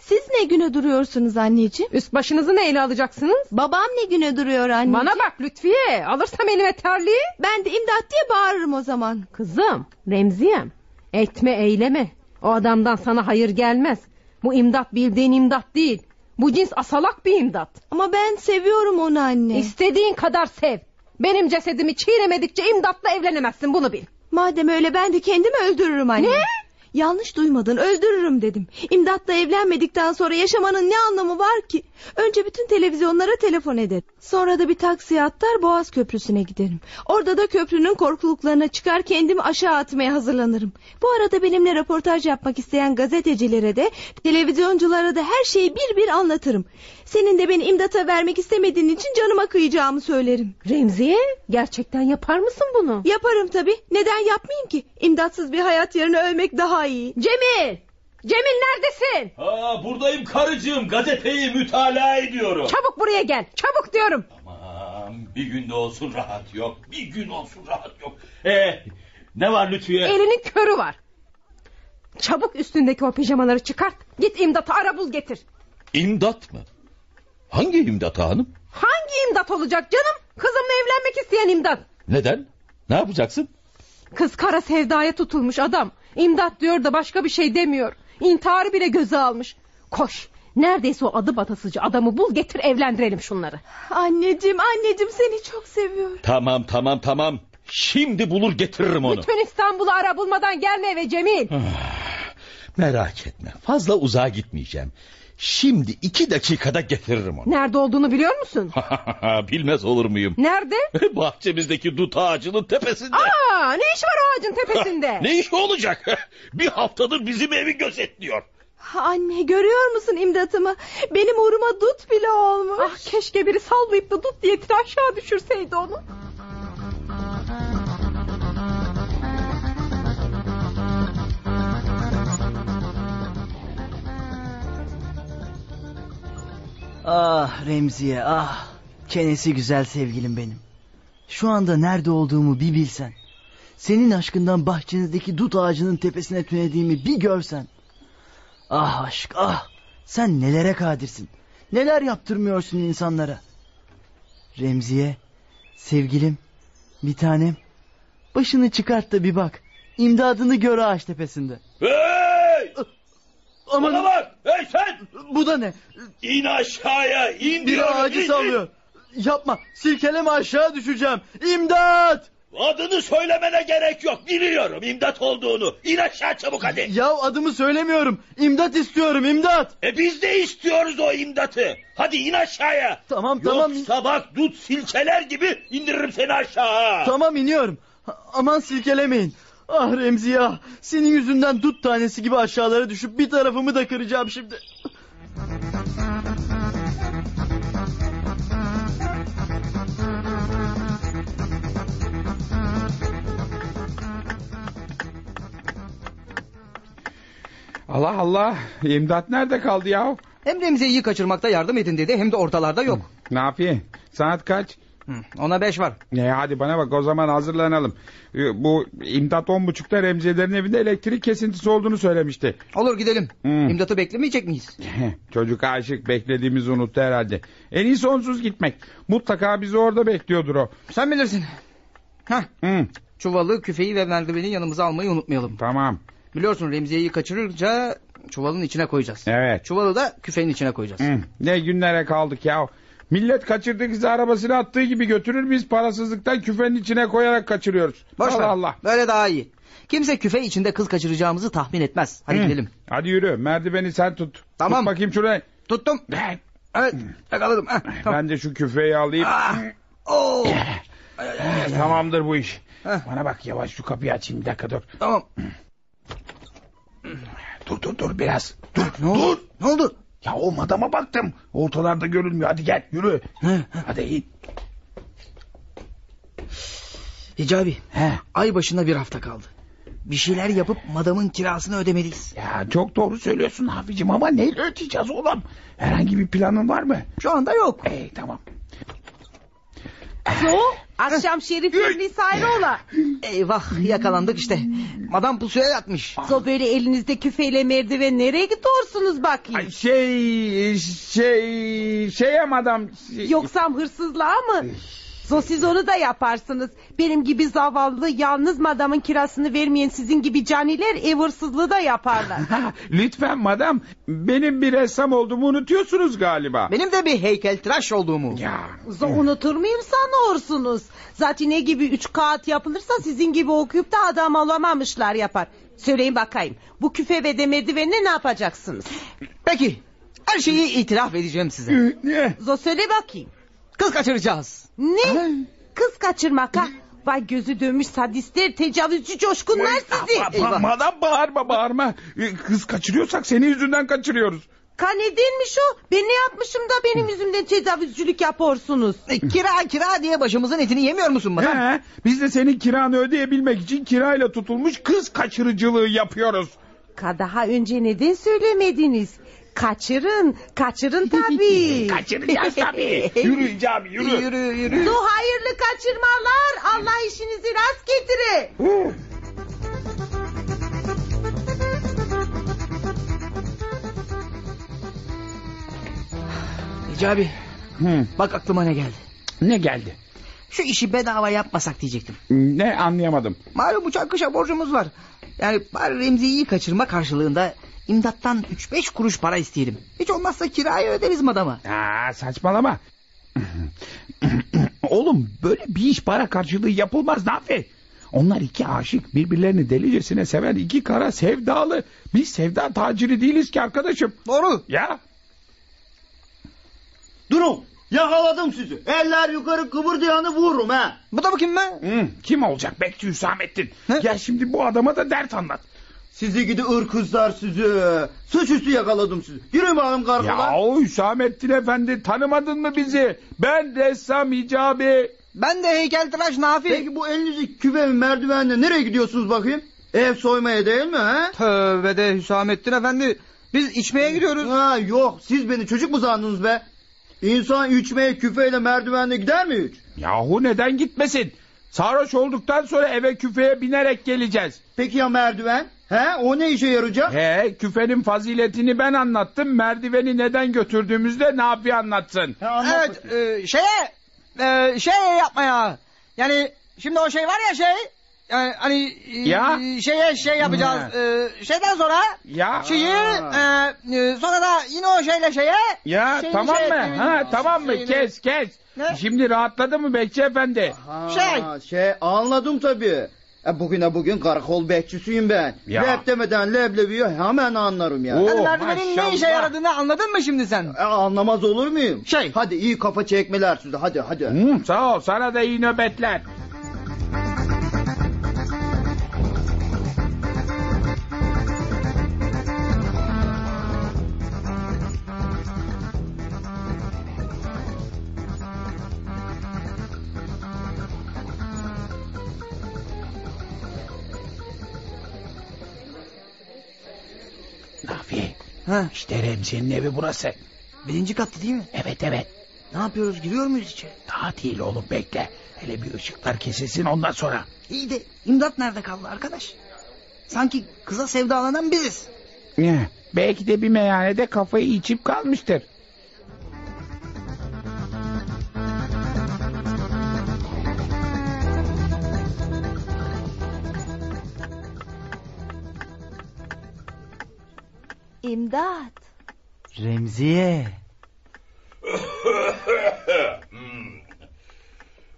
Siz ne güne duruyorsunuz anneciğim? Üst başınızı neyle alacaksınız? Babam ne güne duruyor anneciğim? Bana bak Lütfiye alırsam elime terliği. Ben de imdat diye bağırırım o zaman. Kızım Remziyem etme eyleme. O adamdan sana hayır gelmez. Bu imdat bildiğin imdat değil. Bu cins asalak bir imdat. Ama ben seviyorum onu anne. İstediğin kadar sev. Benim cesedimi çiğnemedikçe imdatla evlenemezsin bunu bil. Madem öyle ben de kendimi öldürürüm anne. Ne? Yanlış duymadın öldürürüm dedim. İmdatla evlenmedikten sonra yaşamanın ne anlamı var ki? Önce bütün televizyonlara telefon ederim. Sonra da bir taksiye atlar Boğaz Köprüsü'ne giderim. Orada da köprünün korkuluklarına çıkar kendimi aşağı atmaya hazırlanırım. Bu arada benimle röportaj yapmak isteyen gazetecilere de televizyonculara da her şeyi bir bir anlatırım. Senin de beni imdata vermek istemediğin için canıma kıyacağımı söylerim. Remziye gerçekten yapar mısın bunu? Yaparım tabii. Neden yapmayayım ki? İmdatsız bir hayat yerine ölmek daha iyi. Cemil! Cemil neredesin? Aa, buradayım karıcığım gazeteyi mütalaa ediyorum. Çabuk buraya gel. Çabuk diyorum. Aman bir günde olsun rahat yok. Bir gün olsun rahat yok. Ee, ne var Lütfiye? Elinin körü var. Çabuk üstündeki o pijamaları çıkart. Git imdata ara buz getir. İmdat mı? Hangi imdat hanım? Hangi imdat olacak canım? Kızımla evlenmek isteyen imdat. Neden? Ne yapacaksın? Kız kara sevdaya tutulmuş adam. İmdat diyor da başka bir şey demiyor. İntiharı bile göze almış. Koş. Neredeyse o adı batasıcı adamı bul getir evlendirelim şunları. Anneciğim, anneciğim seni çok seviyorum. Tamam tamam tamam. Şimdi bulur getiririm onu. Lütfen İstanbul'u ara bulmadan gelme eve Cemil. Merak etme fazla uzağa gitmeyeceğim. Şimdi iki dakikada getiririm onu. Nerede olduğunu biliyor musun? Bilmez olur muyum? Nerede? Bahçemizdeki dut ağacının tepesinde. Aa, ne iş var o ağacın tepesinde? Ne iş olacak? Bir haftadır bizim evi gözetliyor. Anne görüyor musun imdatımı? Benim uğruma dut bile olmuş. Ah keşke biri sallayıp da dut diye aşağı düşürseydi onu. Ah Remziye ah. Çenesi güzel sevgilim benim. Şu anda nerede olduğumu bir bilsen. Senin aşkından bahçenizdeki dut ağacının tepesine tünediğimi bir görsen. Ah aşk ah. Sen nelere kadirsin. Neler yaptırmıyorsun insanlara. Remziye, sevgilim, bir tanem. Başını çıkart da bir bak. İmdadını gör ağaç tepesinde. Hey! Aman Bana bak! Hey sen! bu da ne? İn aşağıya in Biri diyorum, in, ağacı in. sallıyor. Yapma silkeleme aşağı düşeceğim. İmdat! Adını söylemene gerek yok. Biliyorum imdat olduğunu. İn aşağı çabuk hadi. Ya adımı söylemiyorum. İmdat istiyorum imdat. E biz de istiyoruz o imdatı. Hadi in aşağıya. Tamam tamam. Yoksa bak dut silkeler gibi indiririm seni aşağı. Tamam iniyorum. Aman silkelemeyin. Ah Remzi ya. Senin yüzünden dut tanesi gibi aşağılara düşüp bir tarafımı da kıracağım şimdi. Allah Allah imdat nerede kaldı ya? Hem Remziye'yi kaçırmakta yardım edin dedi hem de ortalarda yok. Ne yapayım? Saat kaç? Hı, Ona beş var. Ne hadi bana bak o zaman hazırlanalım. Ee, Bu imdat on buçukta Remziye'lerin evinde elektrik kesintisi olduğunu söylemişti. Olur gidelim. Hmm. İmdatı beklemeyecek miyiz? Çocuk aşık beklediğimizi unuttu herhalde. En iyisi onsuz gitmek. Mutlaka bizi orada bekliyordur o. Sen bilirsin. Hah, Hı, çuvalı, küfeyi ve merdiveni yanımıza almayı unutmayalım. tamam. Biliyorsun Remziye'yi kaçırınca çuvalın içine koyacağız. Evet. Çuvalı da küfenin içine koyacağız. Hı, ne günlere kaldık ya. Millet kaçırdığı kızı arabasına attığı gibi götürür biz parasızlıktan küfenin içine koyarak kaçırıyoruz. Boş ver. Allah Allah. Böyle daha iyi. Kimse küfe içinde kız kaçıracağımızı tahmin etmez. Hadi Hı. gidelim. Hadi yürü merdiveni sen tut. Tamam. Tut bakayım şuraya. Tuttum. Evet, yakaladım. Heh, tamam. Ben de şu küfeyi alayım. Ah, oo, Tamamdır bu iş. Heh. Bana bak yavaş şu kapıyı açayım bir dakika dur. tamam. Dur dur dur biraz. Ne oldu? Ne oldu? Ya o madama baktım. Ortalarda görünmüyor. Hadi gel yürü. Hadi in. Hicabi, He. ay başına bir hafta kaldı. Bir şeyler yapıp madamın kirasını ödemeliyiz. Ya çok doğru söylüyorsun abicim ama neyle ödeyeceğiz oğlum? Herhangi bir planın var mı? Şu anda yok. Ey tamam. Akşam şerifin misali ola. Eyvah yakalandık işte. Madam pusuya yatmış. Ah. So böyle elinizde küfeyle merdiven nereye gidiyorsunuz bakayım? Ay şey şey şeye madam. şey- Yoksam hırsızlığa mı? So siz onu da yaparsınız. Benim gibi zavallı yalnız madamın kirasını vermeyen sizin gibi caniler ev hırsızlığı da yaparlar. Ha, lütfen madam benim bir ressam olduğumu unutuyorsunuz galiba. Benim de bir heykeltıraş olduğumu. Ya So unutur muyum sanıyorsunuz? Zaten ne gibi üç kağıt yapılırsa sizin gibi okuyup da adam olamamışlar yapar. Söyleyin bakayım bu küfe ve de merdivenle ne yapacaksınız? Peki her şeyi itiraf edeceğim size. ne? Zo söyle bakayım. Kız kaçıracağız. Ne? Kız kaçırmak ha? Vay gözü dönmüş sadistler, tecavüzcü coşkunlar sizi. Eyvah. Madam bağırma bağırma. E, Kız kaçırıyorsak senin yüzünden kaçırıyoruz. Kan nedenmiş o? Ben ne yapmışım da benim yüzümden tecavüzcülük yapıyorsunuz? E, Kira kira diye başımızın etini yemiyor musun madam? He, biz de senin kiranı ödeyebilmek için kirayla tutulmuş kız kaçırıcılığı yapıyoruz. Ka daha önce neden söylemediniz? Kaçırın, kaçırın tabii. Kaçıracağız tabii. yürü icabı yürü. Yürü yürü. Su hayırlı kaçırmalar. Allah işinizi rast getire. Hicabi Hı, bak aklıma ne geldi. ne geldi? Şu işi bedava yapmasak diyecektim. Ne anlayamadım. Malum uçak kışa borcumuz var. Yani bari Remzi'yi kaçırma karşılığında imdattan 3-5 kuruş para isteyelim. Hiç olmazsa kirayı öderiz madama. Aa, saçmalama. Oğlum böyle bir iş para karşılığı yapılmaz Nafi. Onlar iki aşık birbirlerini delicesine seven iki kara sevdalı. Biz sevda taciri değiliz ki arkadaşım. Doğru. Ya Durun yakaladım sizi. Eller yukarı kıvırdayanı vururum ha. Bu da bu kim be? Hı, Hmm, kim olacak? Bekçi Hüsamettin. Ne? Gel şimdi bu adama da dert anlat. Sizi gidi ırkızlar sizi. Suçüstü yakaladım sizi. Yürüyün bakalım Ya kargolar. o Hüsamettin efendi tanımadın mı bizi? Ben ressam Hicabi. Ben de heykeltıraş Nafi. Peki bu elinizi küvenin merdivenle nereye gidiyorsunuz bakayım? Ev soymaya değil mi ha? Tövbe de Hüsamettin efendi. Biz içmeye gidiyoruz. Ha yok siz beni çocuk mu sandınız be? İnsan içmeye küfeyle merdivenle gider mi hiç? Yahu neden gitmesin? Sarhoş olduktan sonra eve küfeye binerek geleceğiz. Peki ya merdiven? He o ne işe yarayacak? He, küfenin faziletini ben anlattım. Merdiveni neden götürdüğümüzde Nafi anlatsın. He, anlat Evet bakayım. e, şeye e, şey yapmaya. Yani şimdi o şey var ya şey. Yani hani e, Ya? şeye şey yapacağız. E, şeyden sonra Ya. şeyi e, e, sonra da yine o şeyle şeye Ya Şeyini tamam şey mı? etmeyelim. Ha tamam mı? Şeyini- Kes kes. Ne? Şimdi rahatladı mı Bekçi efendi? Ha, şey. Şey anladım tabii. E bugüne bugün karakol bekçisiyim ben. Ya. Lep demeden leblebiyi hemen anlarım yani. Oo, Yani merdivenin ne işe maşallah. yaradığını anladın mı şimdi sen? E, anlamaz olur muyum? Şey. Hadi iyi kafa çekmeler size hadi hadi. Hı, sağ ol sana da iyi nöbetler. Ha, İşte Remzi'nin evi burası. birinci kattı değil mi? Evet evet. Ne yapıyoruz giriyor muyuz içeri? Tatil oğlum bekle. Hele bir ışıklar kesilsin ondan sonra. İyi de imdat nerede kaldı arkadaş? Sanki kıza sevdalanan biziz. Ne? Belki de bir meyhanede kafayı içip kalmıştır. İmdat. Remziye.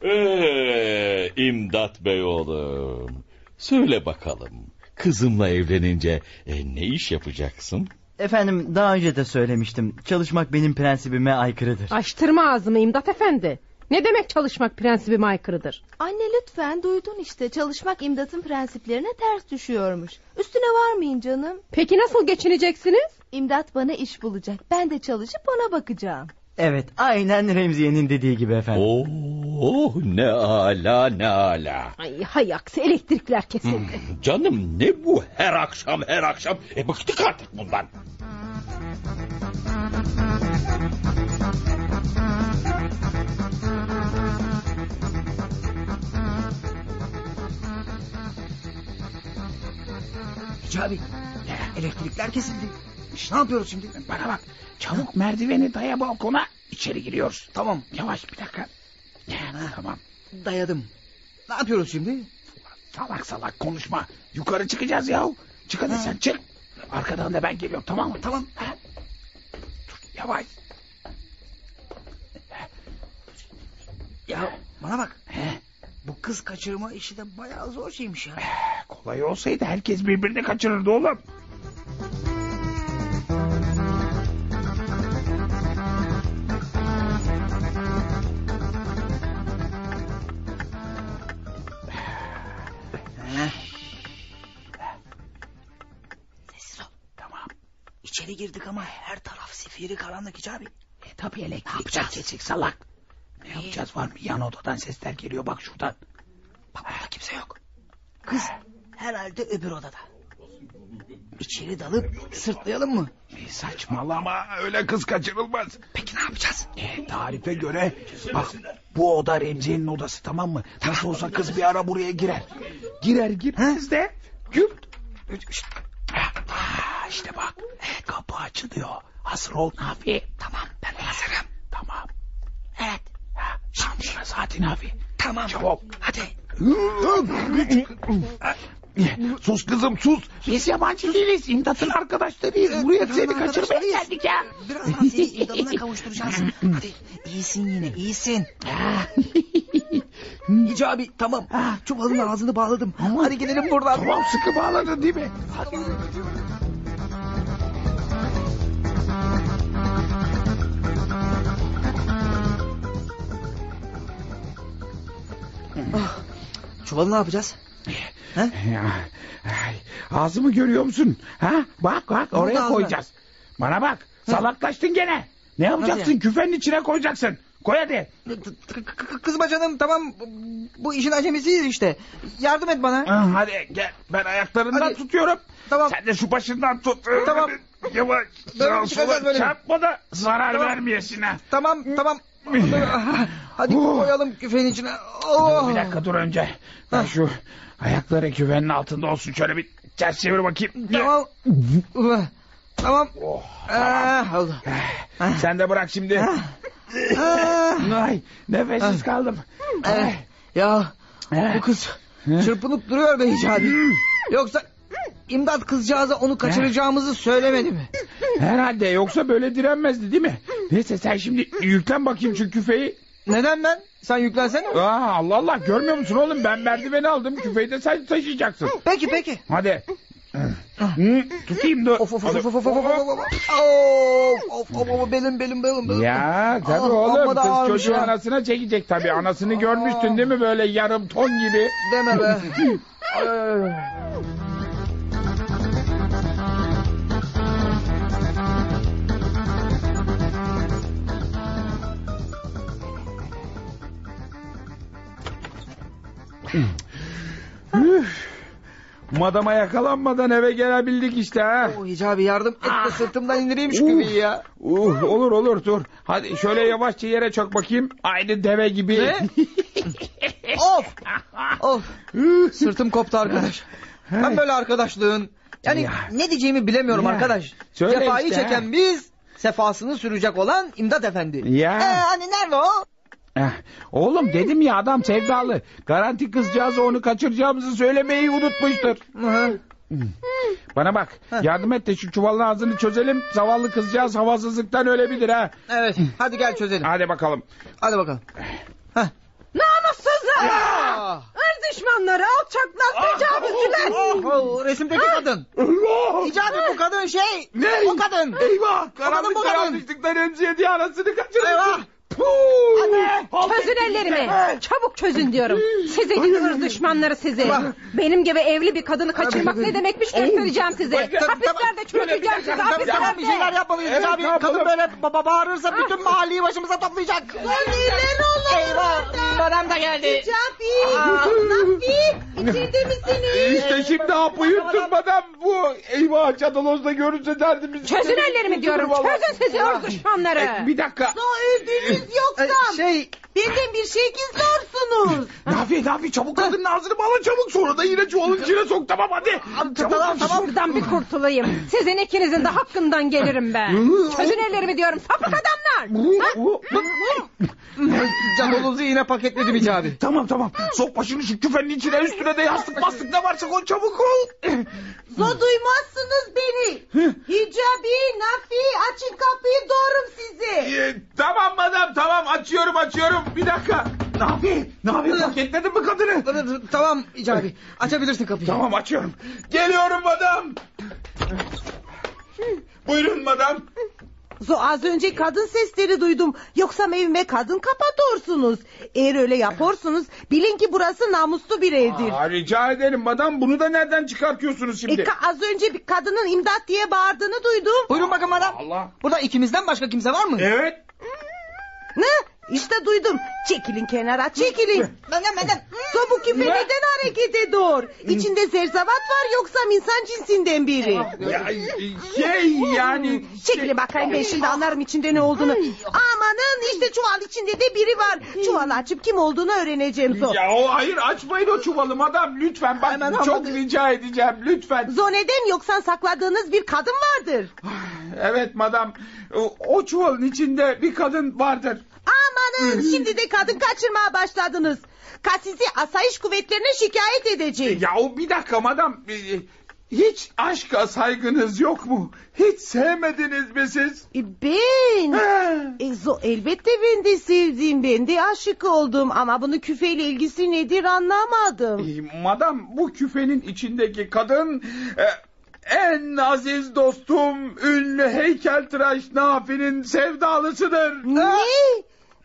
Ee, İmdat Bey oğlum. Söyle bakalım. Kızımla evlenince e, ne iş yapacaksın? Efendim daha önce de söylemiştim. Çalışmak benim prensibime aykırıdır. Açtırma ağzımı İmdat Efendi. Ne demek çalışmak prensibime aykırıdır? Anne lütfen duydun işte çalışmak imdatın prensiplerine ters düşüyormuş. Üstüne varmayın canım. Peki nasıl geçineceksiniz? İmdat bana iş bulacak. Ben de çalışıp ona bakacağım. Evet aynen Remziye'nin dediği gibi efendim. Oo, oh, ne ala ne ala. Ay hay aksi elektrikler kesildi. Canım ne bu her akşam her akşam? E bıktık artık bundan. Hicabi elektrikler kesildi. İş ne yapıyoruz şimdi? Bana bak çabuk merdiveni daya balkona içeri giriyoruz. Tamam Yavaş bir dakika. Ya, tamam dayadım. Ne yapıyoruz şimdi? salak salak konuşma. Yukarı çıkacağız yahu. Çık hadi Ha. sen çık. Arkadan da ben geliyorum tamam mı? Tamam. Ha? Dur yavaş. Ya bana bak. He. Bu kız kaçırma işi de bayağı zor şeymiş ya. Kolay olsaydı herkes birbirini kaçırırdı oğlum. Sessiz ol. Tamam. İçeri girdik ama her taraf sifiri karanlık Hicabi. E tabi elektrikler kesik salak. Ne yapacağız var mı? Yan odadan sesler geliyor bak şuradan. Bak burada kimse yok. Kız herhalde öbür odada. İçeri dalıp sırtlayalım mı? E, saçmalama öyle kız kaçırılmaz. Peki ne yapacağız? E, tarife göre bak bu oda Remzi'nin odası tamam mı? Nasıl olsa kız bir ara buraya girer. Girer girmez de güpt. Ah, işte bak kapı açılıyor. Hazır ol Nafi. Tamam ben hazırım. Tamam. Evet. Ha, Şimdi sırası hadi Nafi. Tamam. Çabuk. Hadi. Sus kızım sus. Biz yabancı değiliz. İmdat'ın arkadaşlarıyız. Buraya İmdat'ın seni kaçırmaya arkadaşlarıyız. geldik ya. Birazdan seni idamına kavuşturacağız. Hadi iyisin yine iyisin. Hicabi tamam. Çuvalın ağzını bağladım. Hadi gidelim buradan. Tamam sıkı bağladın değil mi? Hadi. Çuvalı ne yapacağız? Ah. Ya, ay, ağzımı görüyor musun? Ha? Bak bak Bunu da oraya ağzına. koyacağız. Bana bak salaklaştın gene. Ne yapacaksın? yani? Küfenin içine koyacaksın. Koy hadi. K- k- Kızma canım tamam bu işin acemisiyiz işte. Yardım et bana. Ah, Hadi gel ben ayaklarından Hadi. tutuyorum. Tamam. Sen de şu başından tut. Tamam. Yavaş. Böyle Sağ çıkacağız sola böyle. Çarpma da zarar Tamam. vermeyesin ha. Tamam tamam. Hadi Oh. koyalım küfenin içine. Oh. Bir dakika dur önce. Ben şu ayakları küvenin altında olsun. Şöyle bir ters çevir bakayım. Tamam. Uh, Tamam. Oh, Ah, oldu. Eh, Sen de bırak şimdi. Ah, Ay nefessiz kaldım. evet. Ah. Ya Eh. Hmm. bu kız çırpınıp duruyor be Hicabi. Yoksa imdat kızcağıza onu kaçıracağımızı söylemedi mi? Herhalde yoksa böyle direnmezdi değil mi? Neyse sen şimdi yüklen bakayım şu küfeyi. Neden ben? Sen yüklensene. Aa, Allah Allah görmüyor musun oğlum ben merdiveni aldım küfeyi de sen taşıyacaksın. Peki peki. Hadi. Hı, Tutayım dur. Of of of Hadi. of of of of of of of of of of belim belim belim belim. Ya tabii Ah, oğlum amma da kız ağırmış çocuğu ya. anasına çekecek tabii. Anasını görmüştün değil mi böyle yarım ton gibi? Deme be. Ay, ay, ay. Madama yakalanmadan eve gelebildik işte ha. O Hicabi yardım et de sırtımdan indireyim şu küpeyi ya. Uh, olur olur dur. Hadi şöyle yavaşça yere çök bakayım. Aynı deve gibi. of! Of! Sırtım koptu arkadaş. Ben böyle arkadaşlığın. Yani ne diyeceğimi bilemiyorum Ya. arkadaş. Söyle Cefayı işte, çeken ha. biz, sefasını sürecek olan İmdat Efendi. Ya. Ee, hani nerede o? Eh, Oğlum dedim ya adam sevdalı. Garanti kızcağız onu kaçıracağımızı söylemeyi unutmuştur. Hmm. Hı. Bana bak yardım et de şu çuvalın ağzını çözelim. Zavallı kızcağız havasızlıktan ölebilir ha. Evet, hadi gel çözelim. Hadi bakalım. Hadi bakalım. Namussuzlar! Ah! Irz düşmanları, Ah! alçaklar, tecavüzcüler! Oh, resimdeki kadın. Hicabi bu kadın şey. Ne? O kadın. Eyvah kadın, bu karanlık kadın. karanlıklıktan emziye diye anasını kaçırır. Eyvah. Çözün ellerimi. Çabuk çözün diyorum. Size gidi ırz düşmanları sizi. Benim gibi evli bir kadını kaçırmak ne demekmiş göstereceğim size. Hapislerde çürüteceğim sizi. Tamam, tamam bir şeyler Hapislerde. yapmalıyız Evet, Hicabi. ne yapalım? Kadın böyle ba- ba- bağırırsa bütün mahalleyi başımıza toplayacak. Eyvah. Madem da geldi. İçeride misiniz? İşte şimdi hapı yutturmadan bu eyvah çadalozda görürse derdimiz. Çözün ellerimi diyorum. Vallahi. E, Çözün sizi ırz düşmanları. Bir dakika. E, Ee, şey Benden bir şey gizliyorsunuz. Nafi Nafi çabuk kadının ağzını bağla çabuk sonra da yine çuvalın içine sok tamam hadi. tamam tamam. Buradan bir kurtulayım. Sizin ikinizin de hakkından gelirim ben. Çözün ellerimi diyorum. Sapık adamlar. Cadoluzu yine paketledim Hicabi. Tamam tamam sok başını şu küfenin içine üstüne de yastık bastık ne varsa koy çabuk ol. Zo duymazsınız beni. Hicabi, Nafi açın kapıyı doğurum sizi. Ee, tamam madem tamam açıyorum açıyorum bir dakika. Nafi Nafi paketledin mi kadını? Tamam Hicabi. Açabilirsin kapıyı. Tamam açıyorum. Geliyorum madam. Buyurun madam. Zo az önce kadın sesleri duydum. Yoksa evime kadın kapatorsunuz. Eğer öyle yaporsunuz bilin ki burası namuslu bir evdir. Aa, rica ederim madam bunu da nereden çıkartıyorsunuz E, şimdi? ka- az önce bir kadının imdat diye bağırdığını duydum. Buyurun bakın madem. Allah. Burada ikimizden başka kimse var mı? Evet. Ne? İşte duydum. Çekilin kenara çekilin. Benden benden. Zo bu küpe neden hareket ediyor? İçinde zerzavat var yoksa insan cinsinden biri. Ya, şey yani Hmm. şey- Çekilin bakayım ben şimdi anlarım içinde ne olduğunu. Amanın işte çuval içinde de biri var. Çuvalı açıp kim olduğunu öğreneceğim Zo. Ya o hayır açmayın o çuvalı madam lütfen bak Hemen çok anladım. rica edeceğim lütfen. Zo neden yoksa sakladığınız bir kadın vardır. Evet madam o, o çuvalın içinde bir kadın vardır. Amanın şimdi de kadın kaçırmaya başladınız. Kasisi asayiş kuvvetlerine şikayet edecek. Ya o bir dakika madam e, hiç aşka saygınız yok mu? Hiç sevmediniz mi siz? E, ben... He. E, zo, elbette ben de sevdiğim, ben de aşık oldum. Ama bunun küfeyle ilgisi nedir anlamadım. E, Madam bu küfenin içindeki kadın e, en aziz dostum ünlü heykeltıraş Nafi'nin sevdalısıdır. Ne?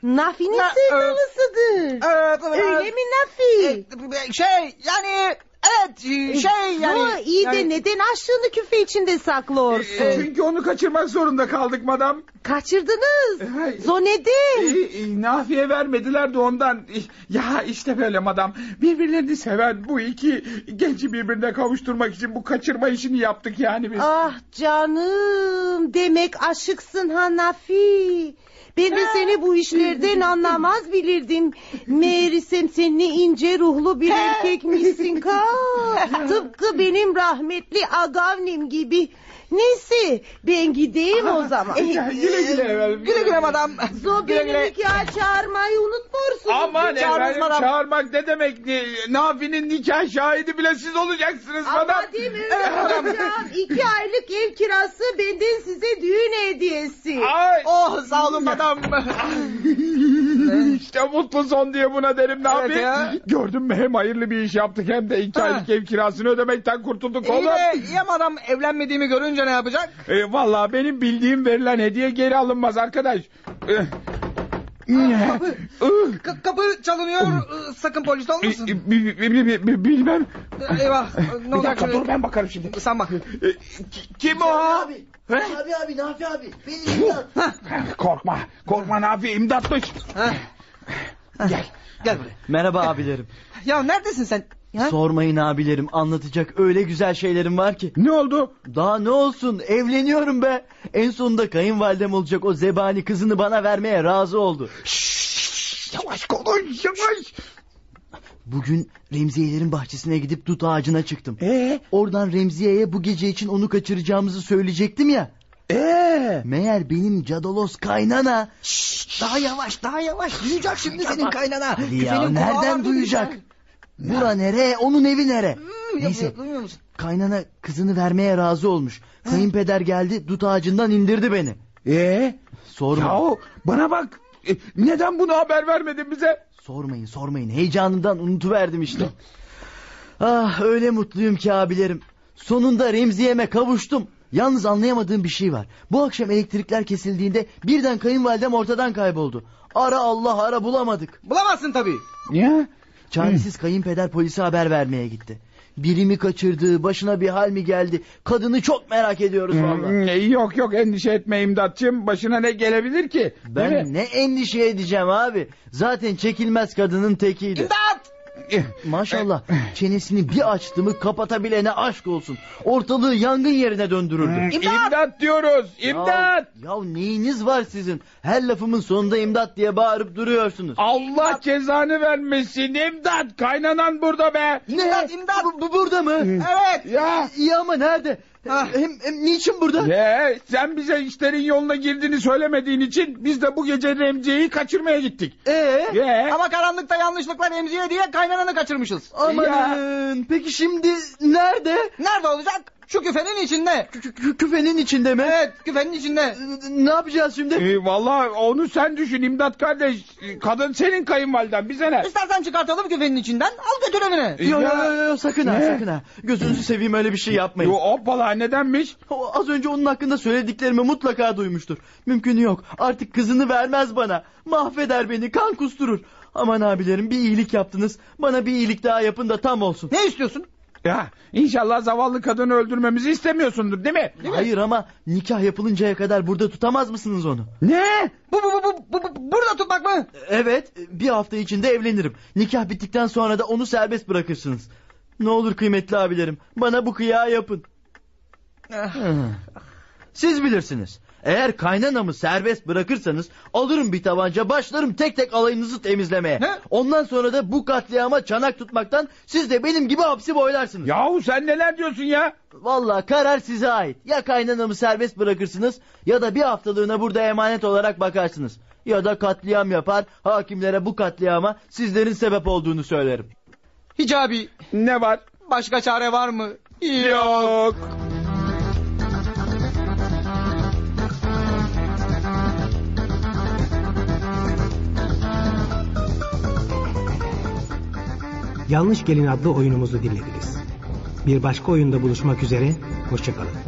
Nafi'nin Na- sevdalısıdır. Evet, evet. Öyle mi Nafi? Ee, Şey yani evet şey yani. Zo, iyi de yani- neden aşığını küfe içinde E, saklıyorsun? Çünkü onu kaçırmak zorunda kaldık madam. Kaçırdınız. Hayır. Zo E, neden? e, Nafi'ye vermediler de ondan. E, Ya işte böyle madam. Birbirlerini seven bu iki genci birbirine kavuşturmak için bu kaçırma işini yaptık yani biz. Ah canım demek aşıksın ha Nafi. Ben de seni bu işlerden anlamaz bilirdim. Meğersem sen ne ince ruhlu bir erkek misin ka. Tıpkı benim rahmetli agavnim gibi. Neyse ben gideyim o zaman. Ya, güle güle efendim. Güle güle madam. Zo Güle beni güle. nikah çağırmayı unutmuyorsun. Aman Çağırınız efendim madam. çağırmak ne demek? Ne- Nafi'nin nikah şahidi bile siz olacaksınız madam. Ama değil mi? Öyle olacağım. İki aylık ev kirası benden size düğün hediyesi. Ay. Oh sağ olun madam. işte mutlu son diye buna derim ne Evet ya. yapayım? Gördün mü hem hayırlı bir iş yaptık hem de iki Ha. aylık ev kirasını ödemekten kurtulduk İyi oğlum. de e, ya madam evlenmediğimi görünce ne yapacak? E, Valla benim bildiğim verilen hediye geri alınmaz arkadaş. E, ne? Ih, K- kapı çalınıyor. Ee, Sakın polis e, olmasın. bi- bi- bi- bi- bi- Bilmem. Ee, Eyvah. Ne Bir olacak? dakika şimdi? dur ben bakarım şimdi. Sen bak. E, ki- Kim o? He? Abi abi Nafi abi. Benim imdat. Korkma. Korkma Nafi imdatmış. Heh. Gel. Gel buraya. Merhaba abilerim. Ya neredesin sen? Ha? Sormayın abilerim anlatacak öyle güzel şeylerim var ki. Ne oldu? Daha ne olsun evleniyorum be. En sonunda kayınvalidem olacak o zebani kızını bana vermeye razı oldu. Yavaş konuş yavaş. Bugün Remziyelerin bahçesine gidip dut ağacına çıktım. Ee? Oradan Remziye'ye bu gece için onu kaçıracağımızı söyleyecektim ya. Ee? Meğer benim Cadalos kaynana. Daha yavaş daha yavaş duyacak şimdi senin şey kaynana. Hadi ya, Küfenin kulağı var nereden dedi duyacak? ya. Bura nere? Onun evi nere? Duyuyor, Neyse Hmm, Duymuyor musun? kaynana kızını vermeye razı olmuş. Kayınpeder geldi dut ağacından indirdi beni. Ee? Sorma. Yahu bana bak. E, Neden bunu haber vermedin bize? Sormayın sormayın heyecanından unutuverdim işte. ah öyle mutluyum ki abilerim. Sonunda Remziye'me kavuştum. Yalnız anlayamadığım bir şey var. Bu akşam elektrikler kesildiğinde birden kayınvalidem ortadan kayboldu. Ara Allah ara bulamadık. Bulamazsın tabii. Niye? Çaresiz kayınpeder polise haber vermeye gitti. Biri mi kaçırdı, başına bir hal mi geldi? Kadını çok merak ediyoruz vallahi. Hmm, Yok yok endişe etme imdatçım. Başına ne gelebilir ki? Değil mi? Ben ne endişe edeceğim abi. Zaten çekilmez kadının tekiydi. İmdat! Eh, Maşallah çenesini bir açtı mı kapatabilene aşk olsun. Ortalığı yangın yerine döndürürdü. İmdat! Hmm. İmdat diyoruz. İmdat. Ya, ya neyiniz var sizin? Her lafımın sonunda imdat diye bağırıp duruyorsunuz. Allah cezanı vermesin. İmdat. Kaynanan burada be. Hmm. İmdat imdat! Bu, bu burada mı? Evet! Ya. İyi ama nerede? Ah. Hem, hem niçin burada? Ne? Sen bize işlerin yoluna girdiğini söylemediğin için biz de bu gece Remzi'yi kaçırmaya gittik. E- Ee? Ye. Ama karanlıkta yanlışlıkla Remziye diye kaynananı kaçırmışız. Amanın. Peki şimdi nerede? Nerede olacak? Şu küfenin içinde. Kü- kü- Küfenin içinde mi? Evet küfenin içinde. Ne yapacağız şimdi? Ee, Valla onu sen düşün İmdat kardeş. Kadın senin kayınvaliden bize ne? E- İstersen çıkartalım küfenin içinden al götür evine. Yok yok yok sakın ha Ne? sakın ha. Gözünüzü seveyim öyle bir şey yapmayın. Yo, hoppala nedenmiş? O az önce onun hakkında söylediklerimi mutlaka duymuştur. Mümkünü yok. Artık kızını vermez bana. Mahveder beni, kan kusturur. Aman abilerim bir iyilik yaptınız. Bana bir iyilik daha yapın da tam olsun. Ne istiyorsun? Ya inşallah zavallı kadını öldürmemizi istemiyorsundur değil mi? Hayır ama nikah yapılıncaya kadar burada tutamaz mısınız onu? Ne? Bu bu bu bu, bu, bu- burada tutmak mı? Evet, bir hafta içinde evlenirim. Nikah bittikten sonra da onu serbest bırakırsınız. Ne olur kıymetli abilerim, bana bu kıyağı yapın. Siz bilirsiniz. Eğer kaynanamı serbest bırakırsanız alırım bir tabanca başlarım tek tek alayınızı temizlemeye. Ne? Ondan sonra da bu katliama çanak tutmaktan siz de benim gibi hapsi boylarsınız. Yahu sen neler diyorsun ya? Vallahi karar size ait. Ya kaynanamı serbest bırakırsınız ya da bir haftalığına burada emanet olarak bakarsınız. Ya da katliam yapar hakimlere bu katliama sizlerin sebep olduğunu söylerim. Hicabi Ne var? başka çare var mı? Yok. Yanlış Gelin adlı oyunumuzu dinlediniz. Bir başka oyunda buluşmak üzere, hoşçakalın.